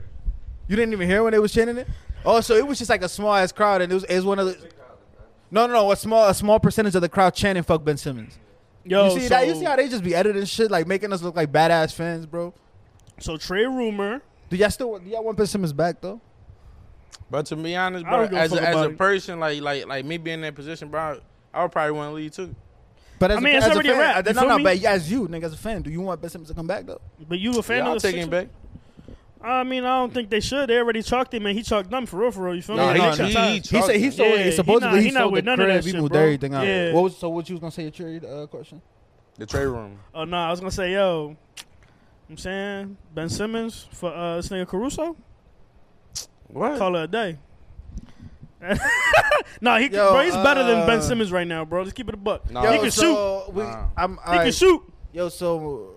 you didn't even hear when they was chanting it. Oh, so it was just like a small ass crowd, and it was, it was one of the. No, no, no. A small, a small percentage of the crowd chanting "fuck Ben Simmons." Yo, you see that? You Oh, so- see how they just be editing shit, like making us look like badass fans, bro. so Trey Rumor, Do y'all still? Do y'all want Ben Simmons back though? But to be honest, I bro, don't give a as fuck a, as about a it. person, like like like me being in that position, bro, I would probably want to leave too. But I mean, it's as already a a fan, wrap, I- you no, feel no, me? but as you, nigga, as a fan, do you want Ben Simmons to come back though? But you a fan Yeah, I'll of the take him Sixers? back. I mean, I don't think they should. They already chalked him, and he chalked them for real, for real. You feel No, me? he Like, not. they He- chalked- he He said Yeah, he sold. he it. supposedly not- he, he not sold with the none of that crib. He shit, moved bro. everything out. Yeah. What was, so what you was gonna say your trade uh, question? The trade room. Oh no, I was gonna say, yo, I'm saying Ben Simmons for uh, this nigga Caruso. What? Call it a day. no, he Yo, bro, he's better than Ben uh, Simmons right now, bro. Let's keep it a buck. Nah. he Yo, can shoot. so We, Nah. I'm, He can alright. shoot. Yo, so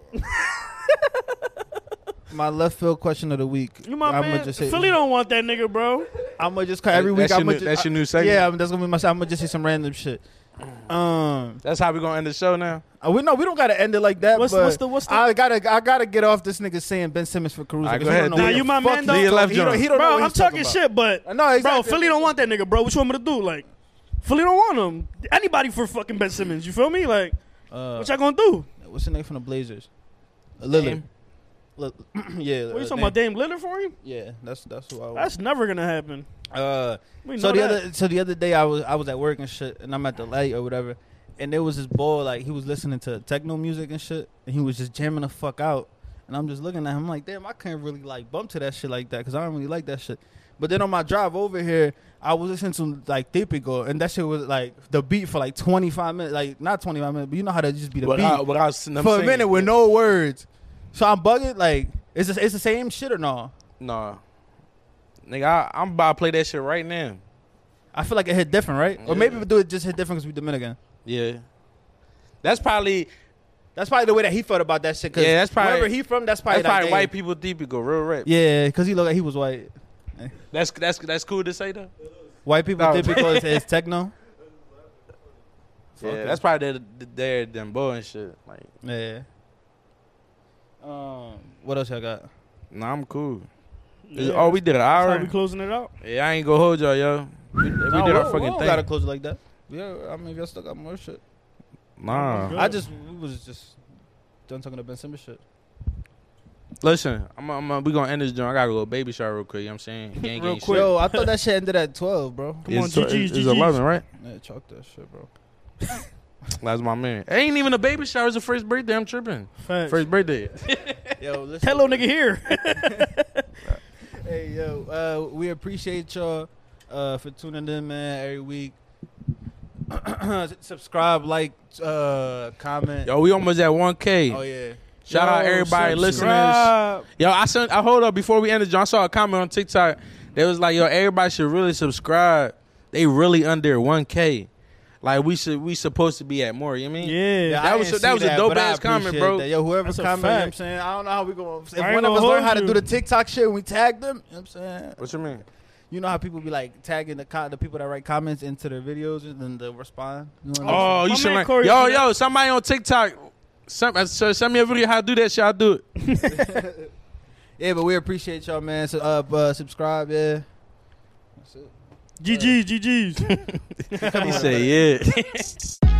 My left field question of the week. You my I'ma man. just say- Philly don't want that nigga, bro. I'm gonna just call That- every week. that's I'm your new- gonna just, that's your new segment. yeah. I'm- That's gonna be my. I'm gonna just say some random shit. Um, That's how we gonna end the show now. uh, we no, we don't gotta end it like that. What's- but what's the- what's the- I gotta I gotta get off this nigga saying Ben Simmons for Caruso. All right, 'cause go he ahead, don't know dude. Nah, what you the my fuck man, he- though. Leave your left He don't, he don't know Bro, what I'm he's talking, talking about. shit, but Uh, No, exactly. bro, Philly don't want that nigga, bro. What you want me to do? Like, Philly don't want him. Anybody for fucking Ben Simmons? You feel me? Like, Uh, what y'all gonna do? what's the name from the Blazers? Uh, Lillard. Lil- yeah. What uh, you Dame. talking about, Dame Lillard for him? Yeah, that's that's who I was. That's never gonna happen. Uh, We know so the that. other so the other day I was I was at work and shit, and I'm at the light or whatever, and there was this boy like he was listening to techno music and shit, and he was just jamming the fuck out, and I'm just looking at him like, damn, I can't really like bump to that shit like that because I don't really like that shit. But then on my drive over here, I was listening to like Typical, and that shit was like the beat for like 25 minutes, like not 25 minutes, but you know how that just be the beat Without, without them for a singing. minute with no words. So I'm bugging like, it's the- it's the same shit or no? Nah. Nigga, I, I'm about to play that shit right now. I feel like it hit different, right? Or Yeah. maybe we do it just hit different because we Dominican. Yeah. That's probably That's probably the way that he felt about that shit. 'cause Yeah, that's probably- wherever he from. That's probably that's probably like, white damn. people deep go real rap. Yeah, because he looked like he was white. That's that's that's cool to say though. White people No. did because it's, it's techno. Yeah, Okay. that's probably their their them boy and shit. Like, Yeah. Um, what else y'all got? nah, I'm cool. Yeah. Oh, we did an That's hour. how we closing it out. Yeah, I ain't gonna hold y'all, yo. We, we No, did we- our we fucking don't thing. Gotta close it like that. Yeah, I mean, if y'all still got more shit, Nah. I just we was just done talking to Ben Simmons shit. Listen, I'm, I'm we gonna end this joint. I gotta go baby shower real quick. You know what I'm saying? You ain't Real getting quick. shit. Yo, I thought that shit ended at twelve, bro. Come on, It's- it's- GG's, It's GG's. 11, right? Yeah, chalk that shit, bro. That's my man. It ain't even a baby shower. It's a first birthday. I'm tripping. Facts. First birthday. Yo, listen. Hello, nigga. Here. Hey yo, uh, we appreciate y'all uh, for tuning in, man. Every week, subscribe, like, uh, comment. Yo, we almost at 1K. Oh yeah, Shout out Yo, everybody listening. Subscribe. Yo, I sent. I hold up before we ended. John, I saw a comment on TikTok. They was like, "Yo, everybody should really subscribe. They really under 1K. Like we should. We supposed to be at more. You know what I mean? Yeah. Yeah, that I was- didn't that see was a dope but I ass comment, appreciate bro. that. Yo, whoever That's a comment, you know what I'm fact. saying, I don't know how we gonna. If ain't one of gonna us learn hold how to you. do the TikTok shit, and we tag them. You know what I'm saying, What you mean? you know how people be like tagging the co- the people that write comments into their videos and then they respond. You know what I'm Oh, My you should. man Like, Corey yo, from yo, somebody on TikTok. Some, uh, so send me a video how to do that shit. I'll do it. saying? yeah, but we appreciate y'all, man. So, uh, uh, subscribe, yeah. That's it. GG's. GG's. He said, yeah.